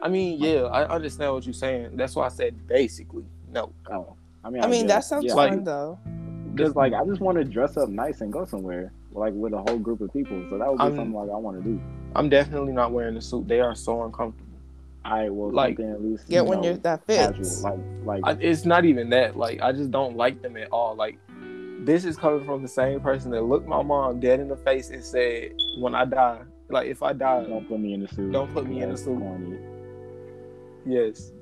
S6: I mean, yeah, I understand what you're saying. That's why I said basically no.
S2: oh, I mean,
S1: I mean, that
S2: guess,
S1: sounds
S2: yeah.
S6: like-
S1: fun though.
S2: Just like I just want to dress up nice and go somewhere, like with a whole group of people. So that would be
S6: I'm-
S2: something like I want to do.
S6: I'm definitely not wearing a suit. They are so uncomfortable.
S2: I will
S6: Like,
S2: something at least
S1: Get
S2: you
S1: when
S2: know,
S1: you're that
S2: casual,
S1: fits.
S2: like
S6: I,
S2: like
S6: it's not even that. Like I just don't like them at all. Like this is coming from the same person that looked my mom dead in the face and said, "When I die, like if I die,
S2: don't put me in the suit.
S6: Don't put me in a
S2: That's
S6: suit.
S2: corny.
S6: yes."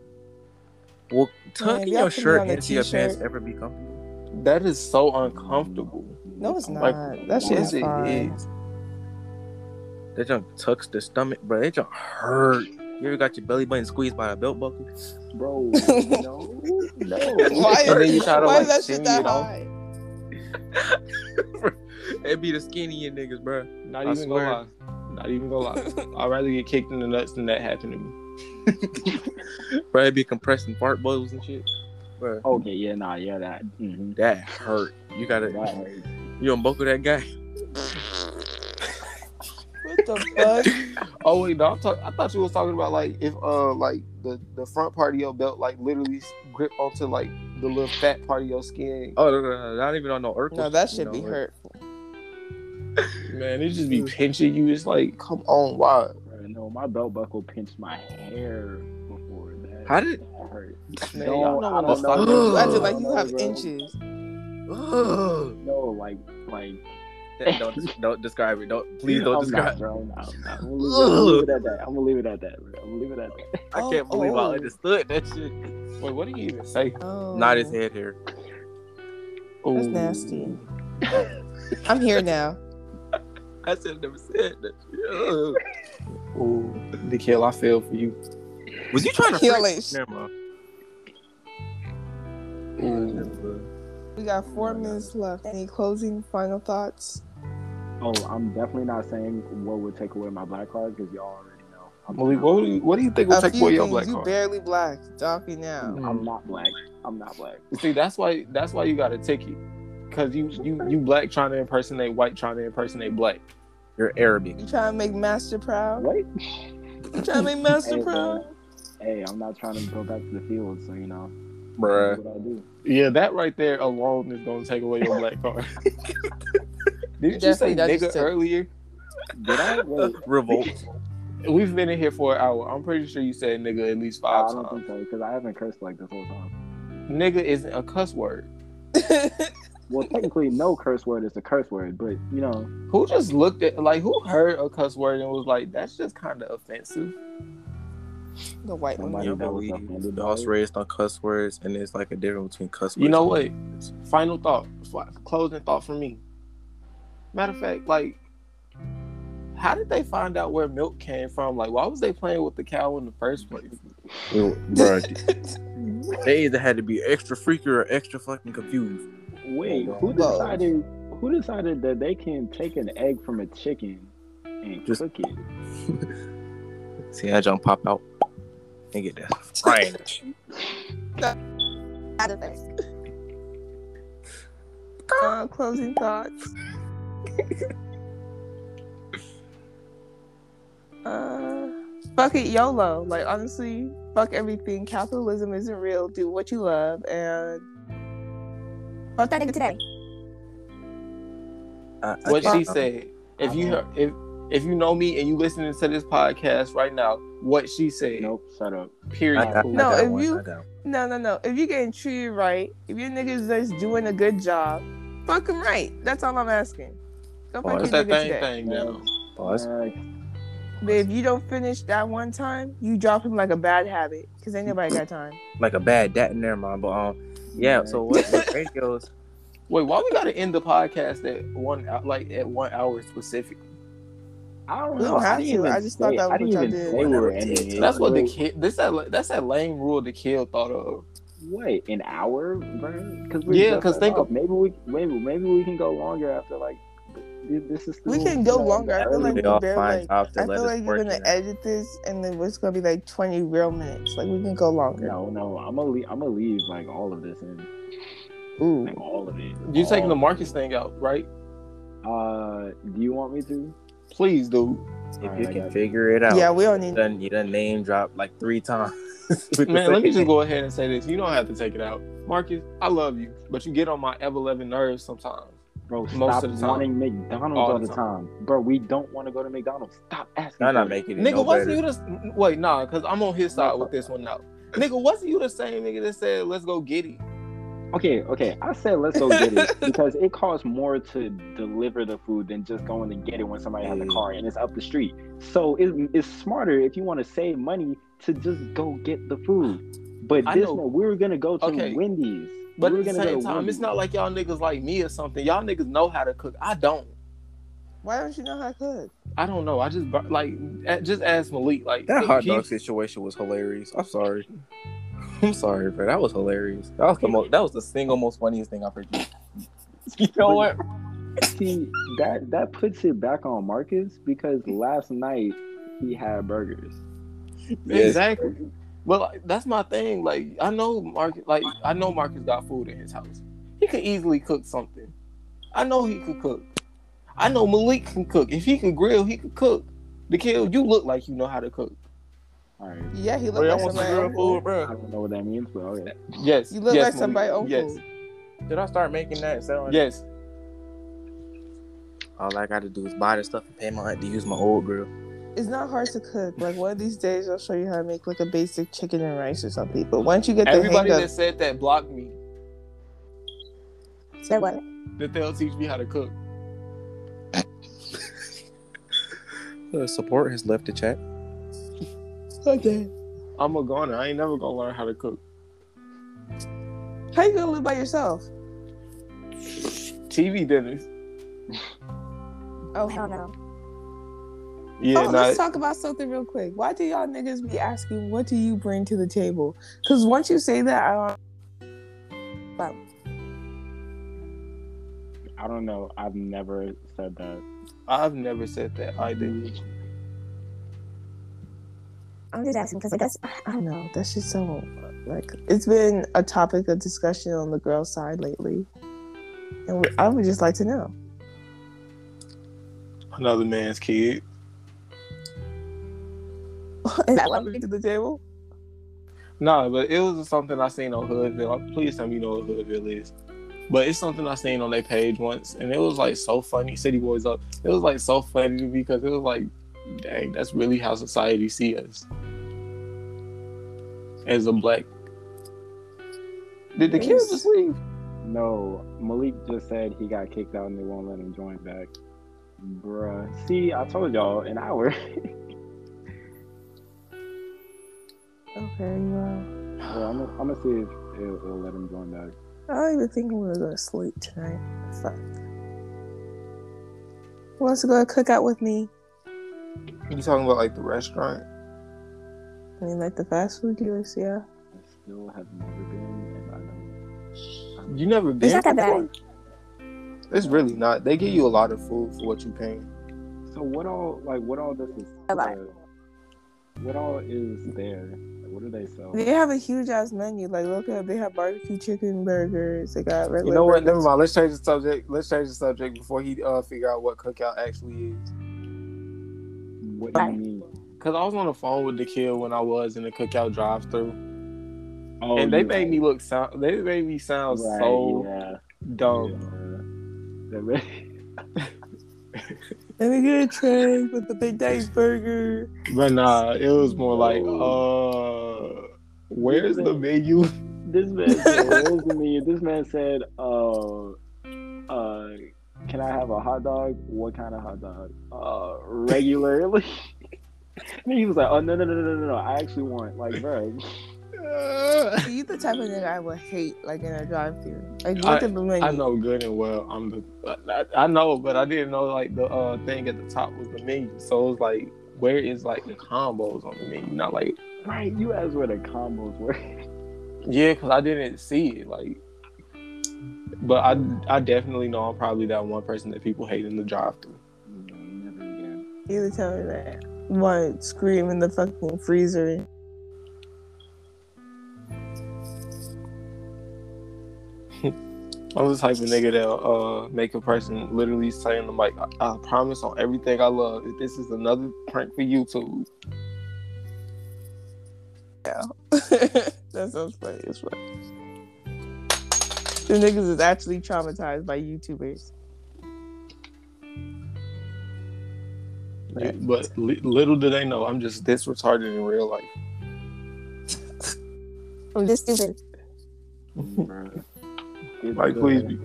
S4: Well,
S1: if
S4: tucking
S1: y'all
S4: your
S1: put me
S4: shirt
S1: on a
S4: into your pants
S1: t-shirt-
S4: ever be comfortable?
S6: That is so uncomfortable.
S1: No, it's not.
S6: Like,
S1: that shit
S6: yes,
S1: is
S6: it
S1: fine.
S6: is.
S4: That junk tucks the stomach, bro. That junk hurt. You ever got your belly button squeezed by a belt buckle?
S1: *laughs*
S2: bro. no, no.
S1: Why,
S6: And then you try to,
S1: why
S6: like,
S1: is that shit
S6: shimmy
S1: that
S6: it off.
S1: high?
S4: It be the skinnier niggas, bro.
S6: Not
S4: I
S6: even
S4: swear.
S6: gonna lie. Not even gonna
S1: *laughs*
S6: lie. I'd rather get kicked in the nuts than that happen to me.
S4: Bro, it be compressing fart bubbles and shit. Bro,
S2: Okay, yeah, nah, yeah, that. mhm.
S4: that hurt. You
S2: That
S4: gotta,
S2: hurts.
S4: you unbuckle that guy.
S1: What the fuck?
S6: Oh wait, no, I'm talk- I thought you was talking about like if uh like the the front part of your belt like literally s- grip onto like the little fat part of your skin.
S4: Oh, no, no, no, not even on no Urkel.
S1: No, that should
S4: No,
S1: be
S4: it-
S1: hurtful.
S6: Man, it just be pinching you. It's like, come on, why?
S2: Bruh, no, my belt buckle pinched my hair before that.
S4: How did?
S2: That hurt?
S6: Man,
S2: No,
S6: y'all
S2: I
S6: know
S2: don't
S6: what the
S2: know.
S6: fuck-
S1: You acted
S4: Ugh.
S1: like you have
S2: Bro.
S1: inches.
S4: Ugh.
S2: No, like, like.
S4: *laughs* don't, don't describe it. Don't please don't
S2: I'm not,
S4: describe.
S2: bro. No, I'm not. I'm gonna leave it- I'm gonna leave it at that. I'm gonna leave it at that. Bro. I'm gonna leave it at that.
S4: I can't
S1: Oh,
S4: believe
S1: oh.
S4: I understood that shit.
S6: Wait, what do you even say?
S1: Oh,
S4: Not his head hair.
S1: That's
S6: Ooh.
S1: nasty. I'm here now.
S4: I should have never said that. Ugh.
S6: Ooh, the kill. I feel for you.
S4: Was
S1: *laughs*
S4: you trying to?
S1: Yo,
S4: freak-
S1: like, sh-
S4: Never mind.
S6: Ooh.
S1: we got four minutes left. Any closing final thoughts?
S2: Oh, I'm definitely not saying what would take away my black card because y'all already know. I'm,
S6: Malik, what do you what do you think will
S1: A
S6: take
S1: few
S6: away your
S1: things.
S6: black
S1: you
S6: card?
S1: barely black. Donkey now.
S4: Mm.
S2: I'm not black. I'm not black.
S1: Oh.
S6: See, that's why that's why you got a ticket. Cause you you you black trying to impersonate white trying to impersonate black.
S4: You're
S6: Mm.
S4: Arabic.
S1: You trying to make Master proud?
S2: What?
S1: You trying to make
S6: *laughs*
S1: Master
S2: Hey,
S1: proud?
S2: bro. Hey, I'm not trying to go back to the field, so you know.
S4: Bruh.
S2: That's what I do.
S6: Yeah, that right there alone is gonna take away your black
S1: *laughs*
S6: card. Didn't you
S1: Definitely,
S6: say
S1: that just
S6: nigga
S1: took-
S6: earlier?
S2: Did I? Wait,
S4: Revolt.
S6: We've been in here for an hour. I'm pretty sure you said nigga at least
S2: I
S6: five
S2: don't think
S6: times.
S2: so because I haven't cursed like this whole time.
S1: *laughs*
S6: Nigga isn't a cuss word.
S2: Well, technically, no curse word is a curse word, but you know,
S6: Who just looked at like who heard a cuss word and was like, that's just kind of offensive.
S1: The white one.
S2: Somebody-
S4: Yeah, but we was raised on cuss words, and there's like a difference between cuss words.
S6: You know what?
S4: and-
S6: Final thought, fi- closing thought for me. Matter of fact, like, how did they find out where milk came from? Like, why was they playing with the cow in the first place?
S4: Bruh, they either had to be extra freaky or extra fucking confused.
S2: wait, who
S1: Whoa.
S2: decided? Who decided that they can take an egg from a chicken and
S4: Just-
S2: cook it?
S4: See that junk pop out
S1: *laughs*
S4: and get that frying.
S5: Out of us.
S1: Uh, closing thoughts. uh, fuck it, YOLO. Like honestly, fuck everything. Capitalism isn't real. Do what you love, and
S5: Fuck that nigga today.
S4: I- I
S6: What
S4: can't-
S6: she said. If you heard, if if you know me and you listening to this podcast right now, what she said.
S2: Nope, shut up.
S6: Period.
S4: I got, I
S1: No,
S4: got
S1: if
S4: one,
S1: you-
S4: I got one.
S1: no, no, no. If you're getting treated right, if your niggas just doing a good job, fuck 'em right. That's all I'm asking. Go
S4: Oh,
S1: fuck
S6: It's
S1: your
S6: that
S1: nigga
S6: thing
S1: today.
S6: thing now.
S4: Pause.
S2: Next.
S1: But if you don't finish that one time, you drop him like a bad habit, cause ain't nobody got time.
S4: like a bad dat in there, mom. But um,
S1: *laughs*
S4: yeah. So what? what radios?
S6: Wait, why we gotta end the podcast at one hou- like at one hour specific?
S2: I don't
S1: We
S2: know.
S1: don't have
S2: I, didn't
S1: to.
S2: even
S1: I just thought
S2: say-
S1: that was
S2: I didn't
S1: what y'all
S2: even
S1: did.
S2: say we were ending it.
S6: That's what the
S2: Wait,
S6: kid. This that that's that lame rule the kid thought of.
S2: What an hour, bro? Cause
S6: Yeah,
S2: just
S6: 'cause
S2: started
S6: think
S2: off. maybe we maybe maybe we can go longer after like th- this is
S1: We
S2: still,
S1: can go
S2: you know,
S1: longer. I feel
S2: early.
S1: like
S4: They
S1: we
S4: all
S1: barely,
S4: find jobs
S1: I
S4: that let
S1: feel
S4: us
S1: like
S4: work
S1: you're gonna
S4: in.
S1: edit this, and then it's gonna be like 20 real minutes. Like we can go longer.
S2: no no I'm gonna leave, I'm gonna leave like all of this in
S1: Ooh.
S2: like all of it.
S6: You
S2: All
S4: Oh.
S6: taking the
S2: of
S6: Marcus thing out, right?
S2: it. Uh, do you want me to?
S6: Please, dude.
S4: If you can figure it out,
S1: Yeah, we don't
S4: You
S1: need.
S4: done, you done name dropped like three times. *laughs* With the
S6: Man, let me
S4: same-
S6: just go ahead and say this. You don't have to take it out, Marcus. I love you, but you get on my ever loving nerves sometimes.
S2: Bro,
S6: Most
S2: stop
S6: of the time.
S2: wanting McDonald's
S6: All
S2: all
S6: the
S2: the time. bro. We don't want to go to McDonald's. Stop asking.
S4: I'm not
S2: for it.
S4: making it.
S6: Nigga,
S4: no
S6: wasn't
S4: better.
S6: you the wait? Nah, cause I'm on his side with this one now. Nigga, wasn't you the same nigga that said let's go get it?
S2: Okay, okay. I said let's go get
S6: *laughs*
S2: it because it costs more to deliver the food than just going to get it when somebody has a
S6: Mm.
S2: car and it's up the street. So it, it's smarter if you want to save money to just go get the food. But
S6: I
S2: this
S6: know.
S2: one, we were gonna go to
S6: Okay.
S2: Wendy's.
S6: But
S2: we were
S6: at the
S2: gonna go
S6: same
S2: to
S6: time, it's
S2: Wendy's.
S6: not like y'all niggas like me or something. Y'all niggas know how to cook. I don't.
S1: Why don't you know how to cook?
S6: I don't know. I just bur- like a- just ask Malik. Like
S4: That hot
S6: he-
S4: dog situation was hilarious. I'm sorry. *laughs* I'm sorry, bro. That was hilarious. That was the most. That
S6: *laughs*
S4: was the single most funniest thing I've heard. You know what?
S2: See, that that puts it back on Marcus because last night he had burgers.
S6: Exactly. But like, that's my thing. Like I know Marcus. Like I know Marcus got food in his house. He could easily cook something. I know he could cook. I know Malik can cook. If he could grill, he could cook. The kid, you look like you know how to cook.
S2: All right.
S1: Yeah, he
S4: Bro,
S1: looked
S4: I
S1: like
S4: want some
S1: somebody.
S4: real food,
S2: I
S4: bro.
S2: don't know what that means, but okay.
S6: Yes,
S1: You look
S6: yes,
S1: like somebody
S6: Malik.
S1: old
S6: Yes,
S1: food.
S4: Did I start making that? and selling it?
S6: yes.
S4: All I got to do is buy the stuff and pay my aunt to use my old grill.
S1: It's not hard to cook. Like one of these days, I'll show you how to make like a basic chicken and rice or something. But once you get the
S6: Everybody
S1: hang
S6: that
S1: of,
S6: said that blocked me.
S5: Said what?
S6: That they'll teach me how to cook.
S4: The support has left the chat.
S1: okay,
S6: I'm a goner. I ain't never gonna learn how to cook.
S1: how you gonna live by yourself?
S6: TV dinners.
S1: Oh
S5: Hell no.
S6: Yeah,
S1: oh,
S6: nah,
S1: let's talk about something real quick. Why do y'all niggas be asking, what do you bring to the table? Because once you say that, I don't.
S2: I don't know. I've never said that.
S6: I've never said that either.
S5: I'm just asking because that's
S1: I don't know. That's just so like it's been a topic of discussion on the girl side lately, and we, I would just like to know. *laughs*
S6: Another man's kid.
S1: Is that what we bring to the table?
S6: Nah, but it was something I seen on Hoodville. Please tell me you know what Hoodville is. But it's something I seen on their page once, and it was like so funny. City Boys up. It was like so funny to me because it was like, dang, that's really how society see us as a black. Did the kids just leave?
S2: No, Malik just said he got kicked out and they won't let him join back. Bruh. See, I told y'all an hour. *laughs*
S1: Okay, well,
S2: well, I'm, gonna- I'm gonna see if it'll, it'll let him join back.
S1: I don't even think I'm gonna go to sleep tonight. Fuck. Who wants to go to cook out with me?
S6: You talking about like the restaurant?
S1: I mean, like the fast food dealers, yeah.
S2: I still have never been, and I don't.
S6: You never been?
S5: It's not that
S6: before?
S5: bad.
S6: It's really not. They give you a lot of food for what you paying.
S2: So what all like what all this is?
S5: A lot.
S2: uh, what all is there? Like, what do they sell?
S1: They have a huge ass menu. Like, look up. They have barbecue chicken burgers. They got regular.
S6: You know what? Never
S1: burgers.
S6: mind. Let's change the subject. Let's change the subject before he uh figure out what cookout actually is.
S2: What do you mean?
S6: Cause I was on the phone with the kid when I was in the cookout drive through,
S2: Oh,
S6: and they
S2: you-
S6: made me look sound. They made me sound
S2: Right,
S6: so
S2: yeah,
S6: dumb.
S2: yeah. They-
S1: Let me get a tray with the Big Daddy's burger.
S6: But nah, it was more like, uh, where's
S2: *laughs*
S6: the menu?
S2: *laughs* This man said, what was me? This man said, uh, uh, can I have a hot dog? What kind of hot dog? Uh, regularly. *laughs* and he was like, oh, no, no, no, no, no, no. I actually want, like, bro. *laughs*
S1: See, you the type of nigga I would hate, like in a drive-through. Like, look
S6: I-
S1: at the menu.
S6: I know good and well. I'm the. I, I know, but I didn't know like the uh thing at the top was the menu. So it was like, where is like the combos on the menu? Not like
S2: Right, you asked where the combos were. *laughs*
S6: yeah, because I didn't see it. Like, but I I definitely know I'm probably that one person that people hate in the drive-through.
S2: No, never again.
S1: You the type of that want to scream in the fucking freezer. *laughs*
S6: I'm the type of nigga that uh make a person literally say in the mic, I, I promise on everything I love, if this is another prank for YouTube.
S1: that sounds funny as fuck. The niggas is actually traumatized by YouTubers.
S6: But li- little do they know, I'm just this retarded in real life.
S5: I'm just stupid.
S2: Bruh. *laughs* It,
S6: Like,
S2: uh,
S6: please, be-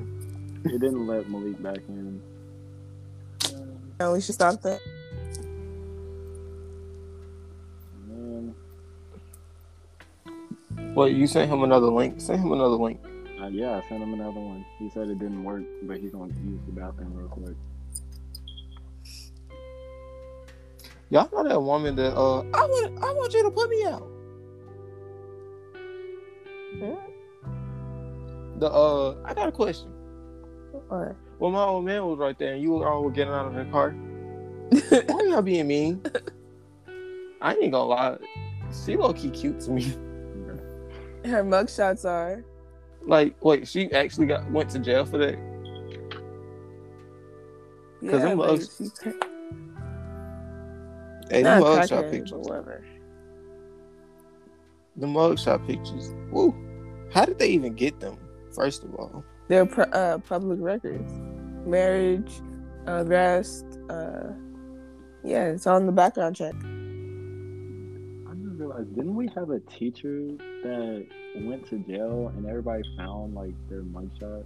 S2: It didn't let Malik back in.
S1: No, we should stop that.
S2: Man,
S6: Well, you sent him another link. Send him another link.
S2: uh, yeah, I sent him another one. He said it didn't work, but he's going to use the bathroom real quick.
S6: Y'all know that woman that uh, I want, I want you to put me out. The uh, I got a question.
S1: What?
S6: Well, my old man was right there, and you were all getting out of the
S1: *laughs*
S6: car. Why y'all being mean? I ain't gonna lie, she low key cute to me.
S2: Bruh.
S1: Her mugshots are.
S6: Like, wait, she actually got went to jail for that.
S1: Yeah, like,
S6: them mugs-
S1: she's cra-
S6: Hey, the
S1: not
S6: mugshot
S1: crackhead, but
S6: pictures.
S1: whatever.
S6: The mugshot pictures. Woo! How did they even get them? First of all.
S1: They're pr- uh, public records. Marriage, arrest, uh, yeah, it's on the background check.
S2: I just realized, didn't we have a teacher that went to jail and everybody found like their mugshot?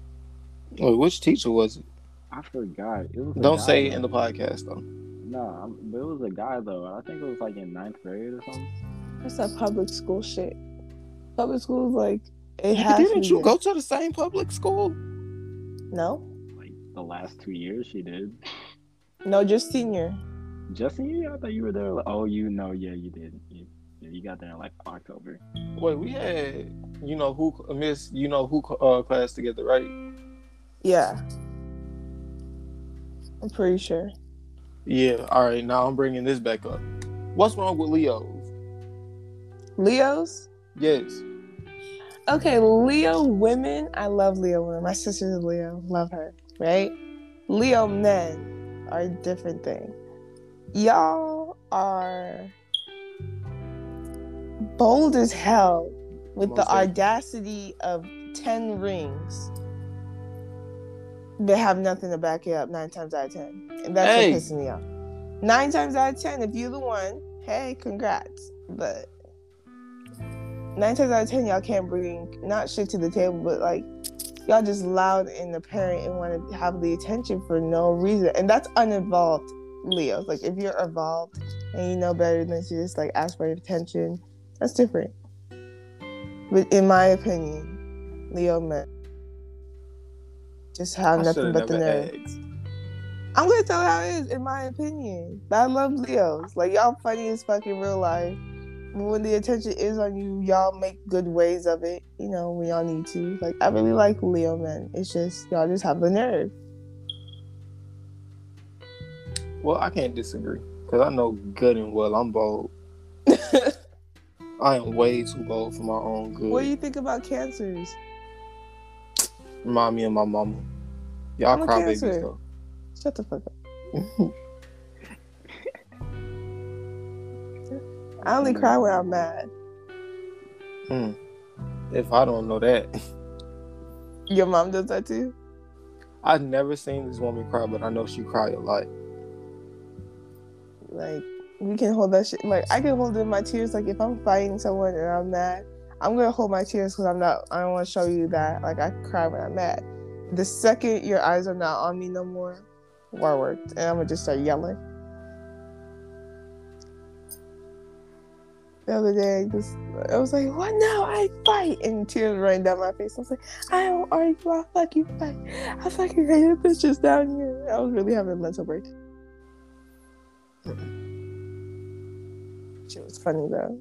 S6: Wait, which teacher was it?
S2: I forgot. It was a
S6: Don't
S2: guy,
S6: say it in
S2: though.
S6: the podcast though.
S2: Nah, I'm- but it was a guy though. I think it was like in ninth grade or something.
S1: That's that public school shit. Public school is like, it has to
S6: Didn't
S1: be
S6: you
S1: good.
S6: go to the same public school?
S1: No?
S2: Like the last two years she did.
S1: No, just senior.
S2: Justin, yeah, I thought you were there. Like, oh, you know, yeah, you did. You, yeah, you got there in like October.
S6: Wait, we had you know who miss you know who uh, class together, right?
S1: Yeah. I'm pretty sure.
S6: Yeah. All right. Now I'm bringing this back up. What's wrong with Leos?
S1: Leo's?
S6: Yes.
S1: Okay, Leo women. I love Leo women. My sister's a Leo. Love her. Right? Leo men are a different thing. Y'all are bold as hell with
S6: Most
S1: the
S6: definitely.
S1: audacity of 10 rings but have nothing to back it up nine times out of 10. And that's
S6: Hey.
S1: what pisses me off. Nine times out of 10, if you're the one, hey, congrats. But nine times out of ten, y'all can't bring not shit to the table, but like Y'all just loud and apparent and want to have the attention for no reason, and that's uninvolved Leos. Like if you're evolved and you know better than to just like ask for attention, that's different. But in my opinion, Leo men just have
S6: I
S1: nothing
S6: should've
S1: but the
S6: never
S1: nerve.
S6: asked.
S1: I'm gonna tell it how it is, in my opinion. I love Leos. Like y'all funny as fuck in real life. But when the attention is on you, y'all make good ways of it, you know, when y'all need to. Like I really like Leo men. It's just y'all just have the nerve. *laughs*
S6: Well, I can't disagree because I know good and well I'm bold. I am way too bold for my own good.
S1: What do you think about cancers?
S6: Remind me of my mama. Y'all
S1: I'm a
S6: cry babies
S1: Cancer.
S6: though.
S1: Shut the fuck up. I only cry when I'm mad.
S6: If I don't know that, *laughs*
S1: Your mom does that too?
S6: I've never seen this woman cry, but I know she cried a lot.
S1: Like we can hold that shit. Like I can hold in my tears. Like if I'm fighting someone and I'm mad, I'm gonna hold my tears because I'm not. I don't want to show you that. Like I cry when I'm mad. The second your eyes are not on me no more, war worked, and I'm gonna just start yelling. The other day, this I was like, "What now? I fight," and tears running down my face. I was like, "I don't argue. I fucking fight. I fucking hate the bitches down here." I was really having a mental break. Shit was funny though.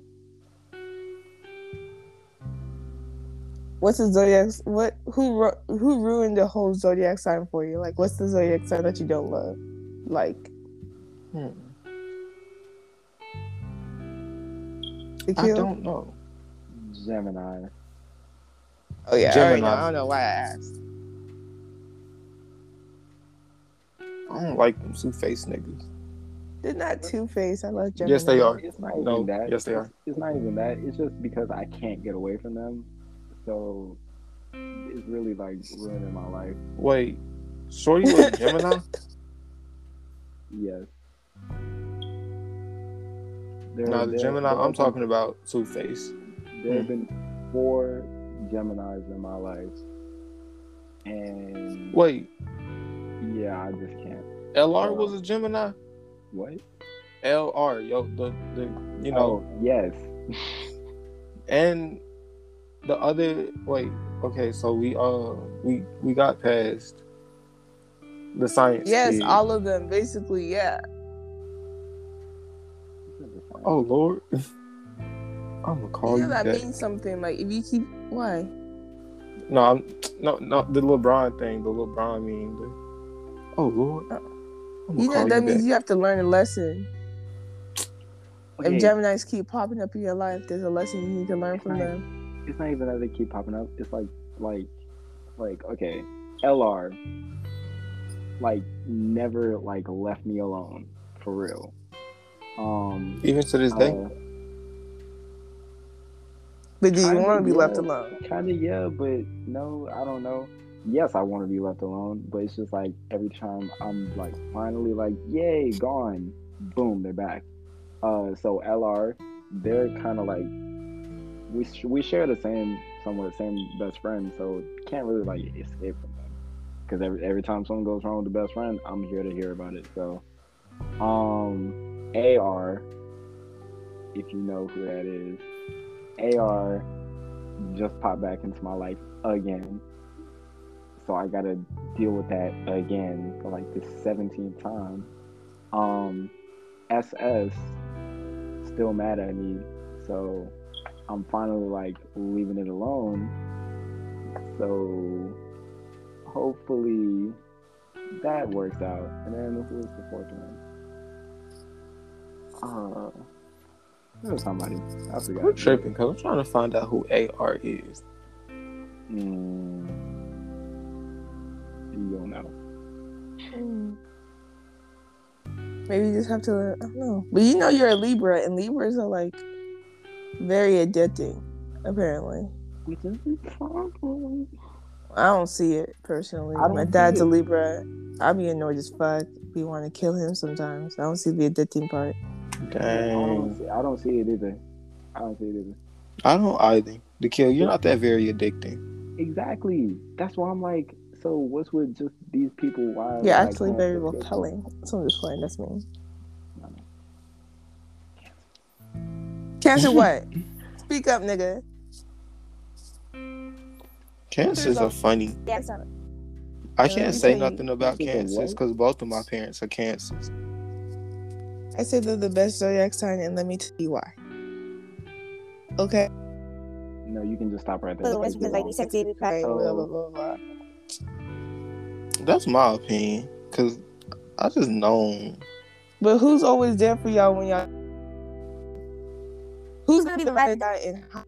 S1: What's the zodiac? What who ru- who ruined the whole zodiac sign for you? Like, what's the zodiac sign that you don't love? Like,
S6: Hmm.
S1: the
S6: I
S1: kill?
S6: don't know.
S2: Gemini.
S1: Oh yeah, I already know.
S6: Gemini.
S1: I don't know why I asked.
S6: I don't like them two faced niggas.
S1: They're not Two Face. I love Gemini.
S6: Yes, they are.
S2: It's not
S6: No,
S2: even that.
S6: yes, they are.
S2: It's not even that. It's just because I can't get away from them. So it's really like ruining my life.
S6: Wait, Shorty was a Gemini?
S2: Yes. There,
S6: no, the
S2: there-
S6: Gemini.
S2: there
S6: I'm
S2: have been-
S6: talking hmm. about Two Face.
S2: There have been four Geminis in my life, and
S6: Wait,
S2: yeah, I just can't.
S6: LR was a Gemini?
S2: What?
S6: LR, yo, the, the you know,
S2: Oh, yes.
S6: and the other wait okay so we uh we we got past the science
S1: Yes,
S6: kid.
S1: all of them basically. Yeah.
S6: oh lord *laughs* i'm gonna call
S1: yeah,
S6: you
S1: that
S6: that.
S1: means something. Like, if you keep why?
S6: no I'm, no no the lebron thing the lebron meme the, oh lord I'm gonna
S1: Uh, You know
S6: call
S1: that
S6: you
S1: means
S6: back.
S1: you have to learn a lesson.
S2: Okay,
S1: If Gemini's keep popping up in your life, there's a lesson you need to learn from
S2: Right.
S1: them.
S2: it's not even that they keep popping up. It's like, like, like, okay, LR, like, never like left me alone for real. Um,
S6: even to this day
S1: But do you
S2: Kinda,
S1: want to be left
S2: yeah.
S1: alone?
S2: kind of yeah, but no, I don't know. Yes, I want to be left alone, but it's just like every time I'm like finally like, yay, gone, boom, they're back. Uh, so LR, they're kind of like we sh- we share the same somewhat same best friend, so can't really like escape from them. Because every every time something goes wrong with the best friend, I'm here to hear about it. So, um, AR, if you know who that is, AR just popped back into my life again. So I gotta deal with that again for like the 17th time. Um, SS still mad at me, so I'm finally like leaving it alone. So hopefully that works out. And then who was the fourth one? Uh, there was somebody. I forgot.
S6: i'm tripping because i'm trying to find out who ar is
S2: Mm. You don't know.
S1: Maybe you just have to. I don't know. But you know, you're a Libra, and Libras are like very addicting. Apparently,
S2: Which is a problem.
S1: I don't see it personally.
S2: I don't
S1: My
S2: see
S1: dad's a
S2: it.
S1: Libra. I be annoyed as fuck. We want to kill him sometimes. I don't see the addicting part.
S2: I don't,
S6: dang
S2: see, I don't see it either. I don't see it either.
S6: i don't either the kill you're not that very addicting
S2: Exactly. That's why I'm like, so what's with just these people? Why?
S1: You're
S2: like,
S1: actually
S2: have
S1: very
S2: their-
S1: repelling. So I'm just playing. That's me. Cancer
S2: *laughs*
S1: what? Speak up, nigga.
S6: Cancers
S1: There's a-
S6: are funny.
S5: Damn son.
S6: I
S1: Let me
S6: can't say
S1: tell you,
S6: nothing about
S2: Cancers are
S6: cancers
S2: what?
S6: because both of my parents are cancers.
S1: I said they're the best zodiac sign, and let me tell you why. Okay.
S2: No, you can just stop right there.
S5: But it's because like we sexy we proud.
S1: Like,
S2: Oh.
S1: blah, blah, blah, blah.
S6: That's my opinion because I just know
S1: But who's always there for y'all when y'all? Who's gonna be the ride or die in high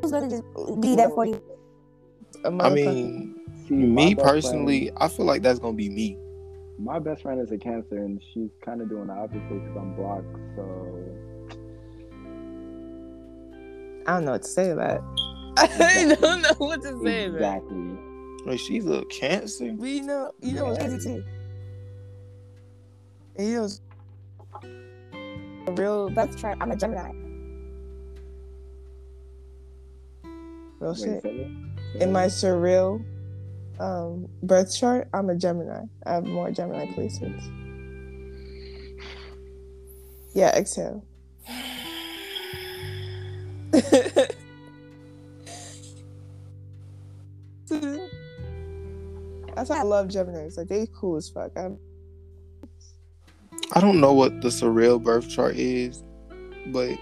S5: Who's gonna just be there for you?
S6: I mean,
S2: See, my
S6: me
S2: best friend-
S6: personally, I feel like that's gonna be me.
S2: my best friend is a cancer, and she's kind of doing the opposite because I'm blocked. So
S1: I don't know what to say to that. *laughs* I don't know what to say. to that.
S2: exactly.
S6: Like she's a cancer.
S1: We know, you know, what's
S5: Crazy
S1: crazy
S5: too.
S1: too. You know, what's- a real,
S5: But try I'm a Gemini.
S1: real
S2: Wait,
S1: shit.
S2: say it? Say
S1: In
S2: it?
S1: my surreal um, birth chart, I'm a Gemini. I have more Gemini placements. Yeah, exhale. *laughs* That's why I love Geminis. Like they cool as fuck. I'm,
S6: I don't know what the surreal birth chart is, but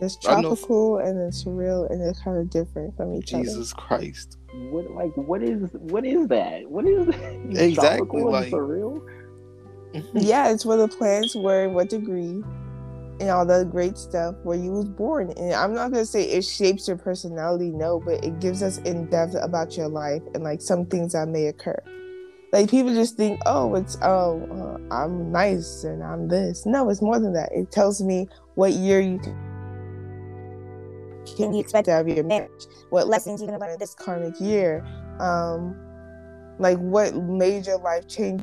S1: there's
S6: I know-
S1: tropical and then surreal, and they're kind of different from each other.
S6: Jesus *laughs* Christ.
S2: what like what is what is that? What is that? *laughs*
S6: Exactly,
S2: Tropical and
S6: like-
S2: for real.
S5: *laughs*
S1: yeah, it's where the planets were, what degree, and all the great stuff where you was born. And I'm not gonna say it shapes your personality, no, but it gives us in depth about your life and like some things that may occur. Like people just think, oh, it's oh, uh, I'm nice and I'm this. No, it's more than that. It tells me what year you can, can
S5: You
S1: you
S5: expect
S1: expect out of your marriage, what
S5: lessons you can
S1: learn
S5: learn
S1: this karmic year, um, like what major life change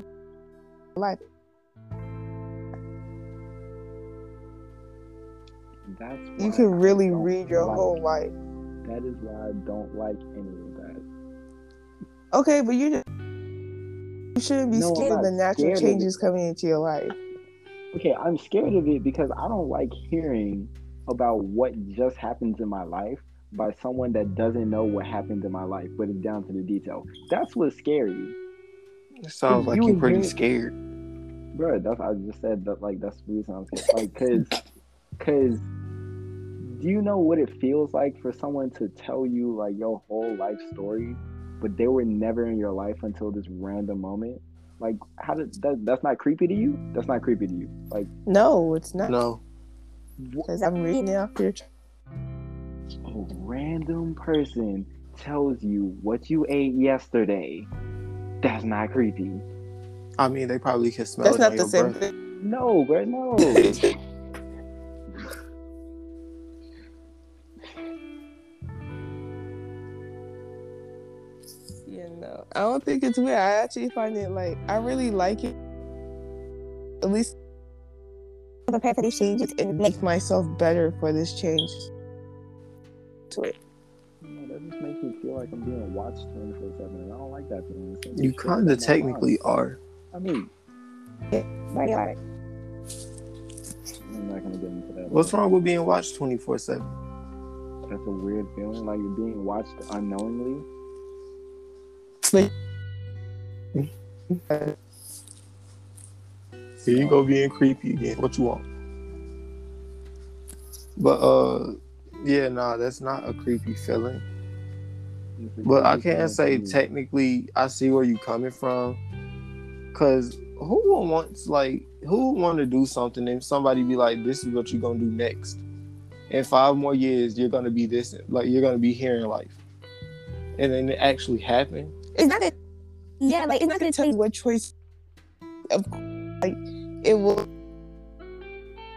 S1: life
S2: That's why
S1: you can really
S2: I don't
S1: read your
S2: like-
S1: whole life.
S2: That is why I don't like any of that.
S1: Okay, but you just, you shouldn't be
S2: No, I'm
S1: scared of
S2: not
S1: the natural
S2: scared of
S1: changes coming into your life.
S2: Okay, I'm scared of it because I don't like hearing about what just happens in my life by someone that doesn't know what happened in my life, but is down to the detail. That's what's scary,
S6: It sounds like
S2: You
S6: you're pretty
S2: agree?
S6: scared.
S2: bro. That's I just said that. Like that's the reason I'm scared. Like, cause, cause, do you know what it feels like for someone to tell you like your whole life story, but they were never in your life until this random moment? Like, how did that? That's not creepy to you. That's not creepy to you. Like.
S1: No, it's not.
S6: No.
S1: Because I'm reading it off your. ch-
S2: a random person tells you what you ate yesterday, that's not creepy.
S6: I mean, they probably can smell
S1: That's
S6: it on
S1: not the
S6: your
S1: same
S6: breath.
S1: thing.
S2: No, bro, no.
S1: You know, I don't think it's weird. I actually find it like I really like it. At least
S5: Prepare for these changes
S1: it makes myself better for this change. To it.
S2: No, that just makes me feel like I'm being watched 24 7, and I don't like that feeling. It's
S6: You
S2: just
S6: kind of
S2: not
S6: technically
S2: mine.
S6: are.
S2: I mean,
S5: Very hard.
S2: I'm not gonna get into that.
S6: What's wrong with being watched 24 7?
S2: That's a weird feeling, like you're being watched unknowingly.
S6: Here you go being creepy again. What you want? But uh yeah, nah, that's not a creepy feeling.
S2: It's a
S6: But I
S2: creepy
S6: can say
S2: feeling to me.
S6: technically I see where you coming from. Cause who would wants like who would want to do something and somebody be like, This is what you're gonna do next. In five more years, you're gonna be this like you're gonna be here in life. And then it actually happened.
S5: It's not that yeah, like
S1: It's not gonna tell you what choice. Of course, like it will.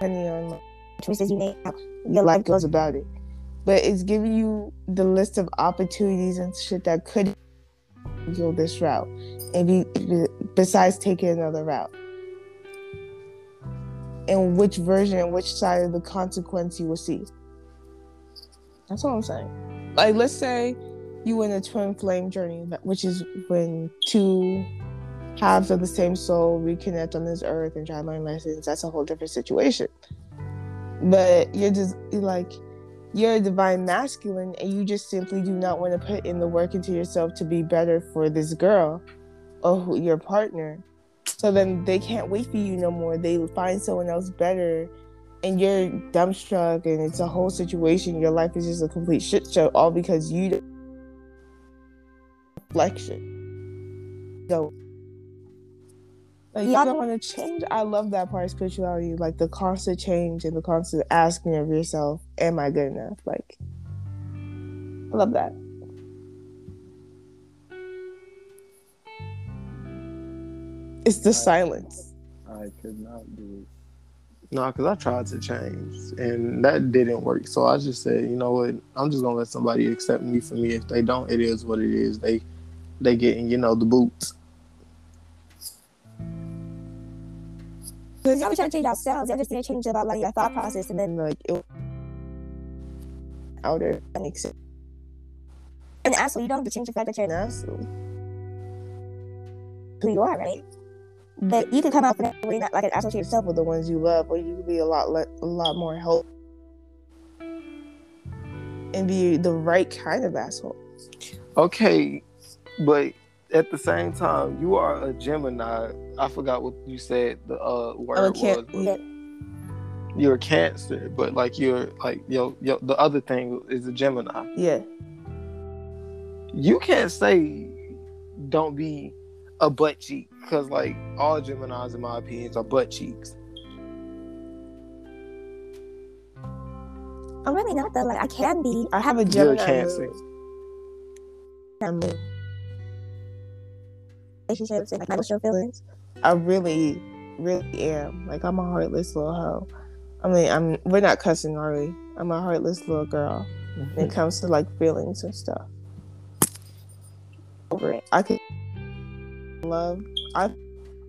S1: Depending on. Like,
S5: choices you make now.
S1: your life goes about it. But it's giving you the list of opportunities and shit that could go this route, and be, besides taking another route. And which version, which side of the consequence you will see. That's all I'm saying. Like, let's say you in a twin flame journey, which is when two halves of the same soul reconnect on this earth and try to learn lessons. That's a whole different situation. But you're just you're like you're a divine masculine, and you just simply do not want to put in the work into yourself to be better for this girl or who, your partner. So then they can't wait for you no more. They find someone else better and you're dumbstruck and it's a whole situation your life is just a complete shit show all because you d- reflection so like you
S5: Yeah.
S1: don't want to change i love that part of spirituality like the constant change and the constant asking of yourself am i good enough like i love that it's the silence
S2: I could not do
S6: No, because I tried to change and that didn't work. So I just said, you know what? I'm just gonna let somebody accept me for me. If they don't, it is what it is. They they getting you know the boots.
S5: Because y'all be trying to change Mm-hmm. ourselves. Y'all just need to change about like our thought process and then
S1: and like it outer that makes it
S5: and actually you don't have to change the fact that you're
S1: nasty.
S5: who you are, right? But you can come out from that way not like an asshole to
S1: yourself
S5: yourself.
S1: with the ones you love, or you could be a lot le- a lot more help and be the right kind of asshole.
S6: Okay, but at the same time, you are a Gemini. I forgot what you said the uh word
S1: I'm a
S6: was.
S1: can-
S6: but- you're a Cancer, but like you're like yo yo the other thing is a Gemini.
S1: Yeah,
S6: you can't say don't be a butt cheek because like all Gemini's in my opinion are butt cheeks.
S5: I'm really not though. Like I can be.
S1: I have a
S6: You're a
S1: Gemini.
S6: Cancer.
S1: I, mean,
S5: relationships and like my emotional feelings.
S1: I really, really am. Like I'm a heartless little hoe. I mean, I'm we're not cussing, are we? I'm a heartless little girl
S6: Mm-hmm.
S1: when it comes to like feelings and stuff. Over it, I could love. I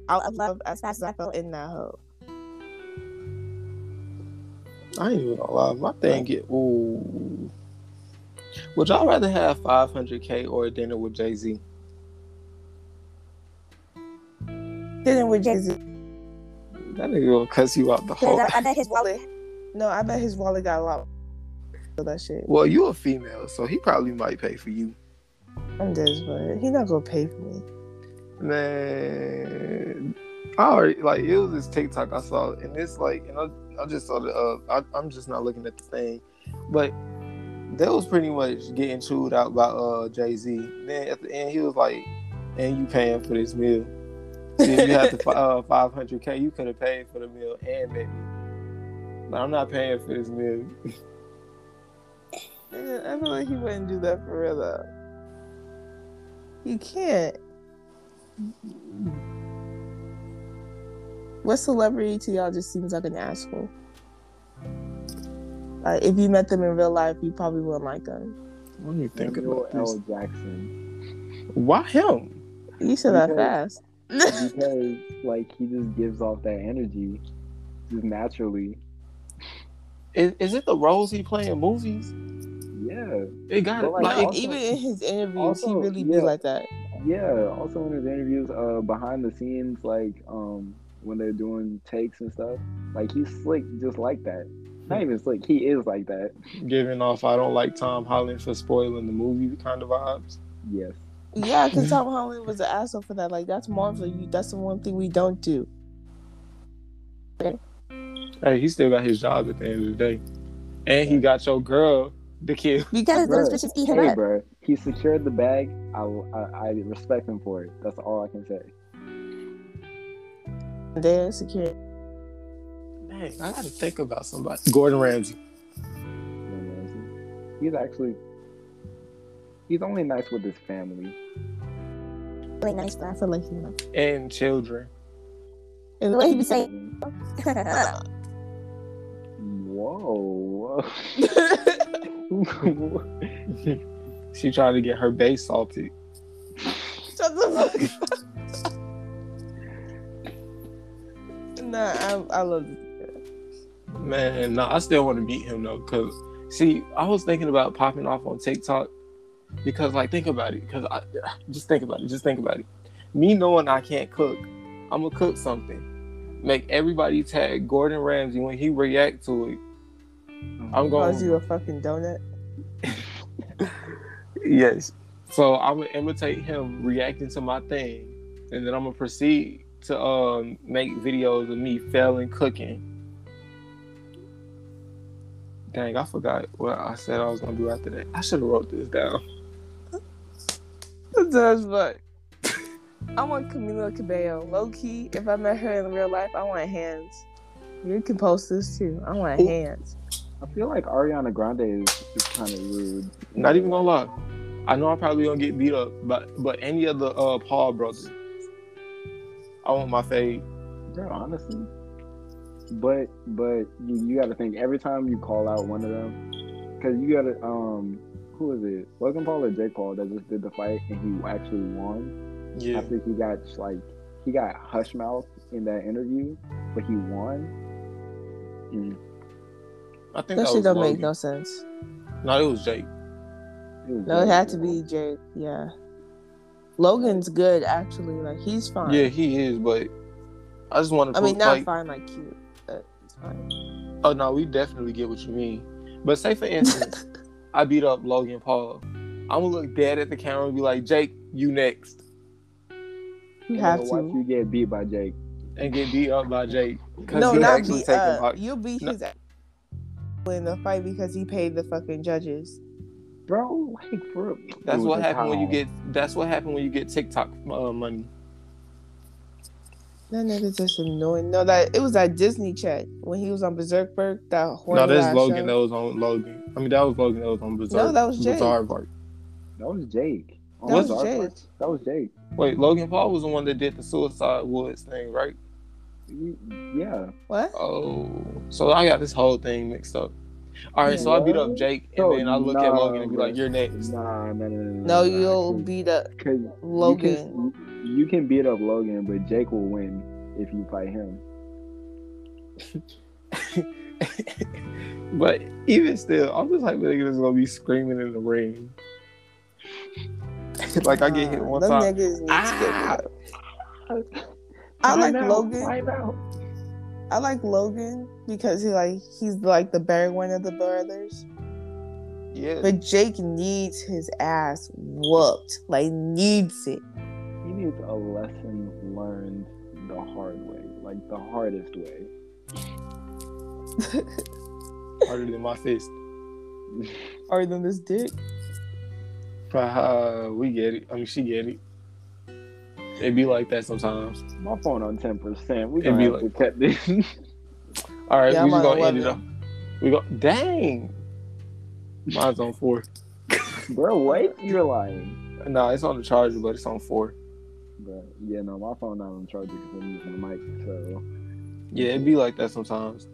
S1: I love as fast as I felt in that hoe.
S6: I ain't even gonna lie, my thing get ooh. Would y'all rather have 500k or a dinner with Jay Z?
S1: Then with Jay Z.
S6: That nigga gonna cuss you out the
S5: Because
S6: whole.
S5: I, I bet his wallet.
S1: No, I bet his wallet got a lot for that shit.
S6: *laughs* Well, you a female, so he probably might pay for you.
S1: I'm dead as fuck. He not gonna pay for me.
S6: Man, I already like it was this TikTok I saw, and it's like, and I, I just saw the. Uh, I, I'm just not looking at the thing, but they was pretty much getting chewed out by uh Jay Z. Then at the end, he was like, "And you paying for this meal? See, if you had the fi- uh 500k, you could have paid for the meal and maybe." But I'm not paying for this meal.
S1: Nigga, I feel like he wouldn't do that for real though. He can't. What celebrity to y'all just seems like an asshole? Like if you met them in real life, you probably wouldn't like them.
S6: Let me
S2: it. Samuel L. Jackson
S6: Why him?
S1: You said that
S2: Because-
S1: *laughs* fast.
S2: because like he just gives off that energy just naturally.
S6: Is, is it the roles he play in movies?
S2: Yeah,
S6: It got
S2: But, like,
S6: like,
S1: like
S2: also-
S1: even in his interviews, he
S2: also,
S1: really
S2: yeah.
S1: be like that.
S2: yeah. Also in his interviews, uh, behind the scenes, like um, when they're doing takes and stuff, like he's slick just like that. Not
S6: Hmm.
S2: even slick, he is like that.
S6: giving off I don't like Tom Holland for spoiling the movie kind of vibes.
S2: Yes.
S1: Yeah, because Tom Holland was an asshole for that. Like that's Marvel. You that's the one thing we don't do.
S6: Hey, he still got his job at the end of the day. And he got your girl the kid.
S5: Because those
S2: Bruh.
S5: bitches eat him
S2: Hey,
S5: up.
S2: bro, he secured the bag. I, I I respect him for it. That's all I can say.
S1: They're insecure.
S6: Dang, I gotta think about somebody. Gordon Ramsay.
S2: Gordon Ramsay. He's actually he's only nice with his family.
S5: Really nice
S1: I
S5: *laughs* stuff.
S1: feel like you know.
S6: And children.
S5: The way he be saying,
S2: Whoa. *laughs*
S6: She tried to get her base salted.
S1: *laughs* Shut the fuck up. nah, I, I love this.
S6: Man, no, I still wanna meet him though, cause See, I was thinking about popping off on TikTok because, like, think about it. Because I *sighs* just think about it. Just think about it. Me knowing I can't cook, I'm gonna cook something. Make everybody tag Gordon Ramsay when he react to it.
S1: Cause
S6: I'm going.
S1: you a fucking donut.
S6: Yes. So I'm gonna imitate him reacting to my thing, and then I'm gonna proceed to um make videos of me failing cooking. Dang, I forgot what I said I was gonna do after that. I should have wrote this down.
S1: Does but I want Camila Cabello. Low key, if I met her in real life, I want hands. You can post this too. I want hands.
S2: I feel like Ariana Grande is, is kind of rude.
S6: Not even gonna lie. I know I'm probably gonna get beat up, but but any of the uh Paul brothers. I want my fade.
S2: Bro, honestly. But but you, you got to think every time you call out one of them, because you got to um who is it? Logan Paul or Jake Paul that just did the fight and he actually won. I
S6: Yeah.
S2: think he got like he got hush mouth in that interview, but he won.
S6: I
S1: That
S6: think that
S1: shit
S6: was
S1: don't
S6: Logan.
S1: make no sense.
S6: No, it was Jake.
S2: It was
S1: No, it
S2: Jake
S1: had to
S2: Paul.
S1: be Jake. Yeah. Logan's good actually. Like he's fine.
S6: Yeah, he is, but I just want to
S1: I mean, not
S6: like,
S1: fine, like cute, but it's fine.
S6: Oh no, we definitely get what you mean. But say
S1: *laughs*
S6: for instance, I beat up Logan Paul. I'm gonna look dead at the camera and be like, Jake, you next,
S1: You
S2: And
S1: have
S2: then watch
S1: to.
S2: you get beat by Jake.
S6: and get beat up by Jake. 'Cause
S1: No,
S6: he
S1: not
S6: actually
S1: beat
S6: taking
S1: up.
S6: box-
S1: You'll beat
S6: No.
S1: his ass in the fight because he paid the fucking judges.
S2: Bro, like for
S6: That's
S2: Dude,
S6: what
S2: the
S6: happened when you
S2: time.
S6: get. That's what happened when you get TikTok uh, money.
S1: That nigga's just annoying. No, that it was that Disney chat when he was on Berserk Berg. That horny
S6: no, that's
S1: ass
S6: Logan.
S1: show.
S6: That was on Logan. I mean, that was Logan. That was on Bizarre.
S1: that was Jake.
S6: Bizarre Bark.
S2: That was Jake. Oh,
S1: That was
S2: Bizarre
S1: Jake.
S2: Park? That was Jake.
S6: Wait, Logan Paul was the one that did the Suicide Woods thing, right?
S2: You- Yeah.
S1: What?
S6: Oh, so I got this whole thing mixed up. All right, so I beat up Jake, and
S2: No,
S6: then I look at
S2: nah,
S6: Logan and be like,
S2: bruh.
S6: "You're next."
S2: Nah, no, no, no,
S1: No, you'll beat up
S2: Because
S1: Logan.
S2: you can beat up Logan, but Jake will win if you fight him.
S6: *laughs* But even still, I'm just like, nigga, is gonna be screaming in the ring. *laughs* like I get hit
S1: Nah,
S6: one
S1: them
S6: time.
S1: Niggas need
S6: Ah!
S1: to get beat up. I like Logan. I like Logan because he like he's like the better one of the brothers.
S6: Yeah,
S1: But Jake needs his ass whooped. Like needs it.
S2: He needs a lesson learned the hard way, like the hardest way.
S6: harder than my fist.
S1: Harder than this dick.
S6: Uh, we get it. I mean, she get it. It be like that sometimes.
S2: My phone on ten percent. We
S6: It'd
S2: gonna
S6: be
S2: have to cut this.
S6: All right,
S1: Yeah,
S6: we
S1: I'm
S6: just
S1: on
S6: gonna end it up.
S1: 11.
S6: We go. Dang, mine's on four.
S2: *laughs* Bro, what? You're lying.
S6: Nah, it's on the charger, but it's on four.
S2: Bro, yeah, no, my phone not on charger because I'm using the mic. So
S6: Yeah, it be like that sometimes.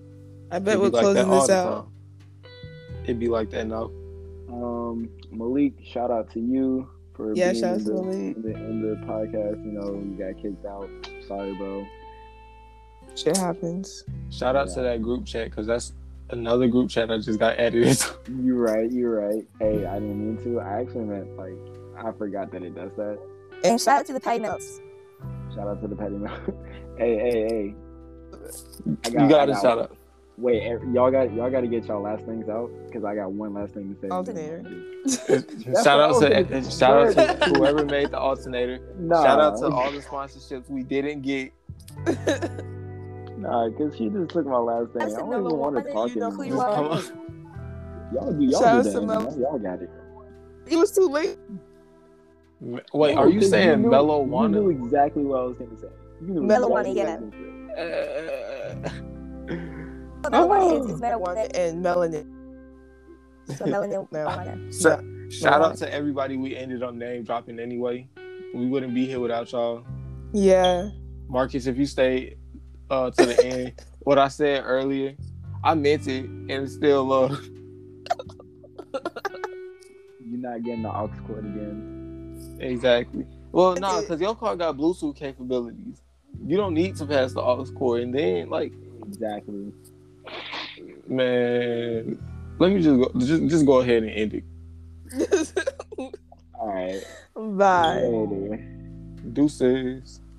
S1: I
S6: It
S1: bet
S6: be
S1: we're
S6: like that
S1: closing
S6: all
S1: this
S6: the
S1: out.
S6: time. It be like that now.
S2: Um, Malik, shout out to you for
S1: Yeah,
S2: being
S1: shout out
S2: in
S1: to
S2: the,
S1: Malik.
S2: in the in the podcast. You know, you got kicked out. Sorry, bro.
S1: Shit happens.
S6: Shout out to that group chat because that's another group chat I just got added *laughs* into.
S2: You're right. You're right. Hey, I didn't mean to. I actually meant like I forgot that it does that.
S5: And shout out to the Patty Melts.
S2: Shout out to the petty mouth. *laughs* hey, hey, hey. I
S6: you
S2: I
S6: got to shout out.
S2: Wait, ev- y'all got y'all got to get y'all last things out because I got one last thing to say.
S1: Alternator.
S2: what I
S6: shout out
S2: was
S6: to
S2: gonna say.
S6: shout out to *laughs* whoever made the alternator.
S2: Nah,
S6: Shout out to all the sponsorships we
S2: *laughs*
S6: didn't get.
S2: Nah, because she just took my last thing. I
S5: That's
S2: don't
S5: another
S2: even
S5: one.
S2: want to
S5: You
S2: talk
S5: know
S2: anymore.
S5: who
S6: Just
S5: are.
S6: come on.
S2: Y'all do y'all
S1: Shout out
S2: do
S1: to
S2: that.
S1: Mel-
S2: man. Y'all got it.
S1: It was too late.
S6: Wait,
S2: No,
S6: are you
S2: 'cause
S6: saying
S2: knew-
S6: Mellow
S2: You
S6: Wanna?
S2: knew exactly what I was gonna say. You knew
S1: Mellow
S2: exactly
S5: Wanna,
S2: what I was gonna say.
S6: Uh,
S5: So that one is,
S1: Oh.
S5: is Meta One.
S1: And melanin.
S5: So *laughs* Melanin
S1: No.
S5: One. Oh
S6: so- shout out to everybody we ended on name dropping anyway. We wouldn't be here without y'all.
S1: Yeah. *laughs*
S6: Marcus, if you stay uh, to the end, what I said earlier, I meant it and it's still love. *laughs*
S2: You're not getting the aux cord again.
S6: Exactly. Well, no, because your car got Bluetooth capabilities. You don't need to pass the aux cord, and then like,
S2: Exactly.
S6: man, Let me just go, just just go ahead and end it.
S1: All right.
S2: Bye.
S1: Later.
S6: Deuces.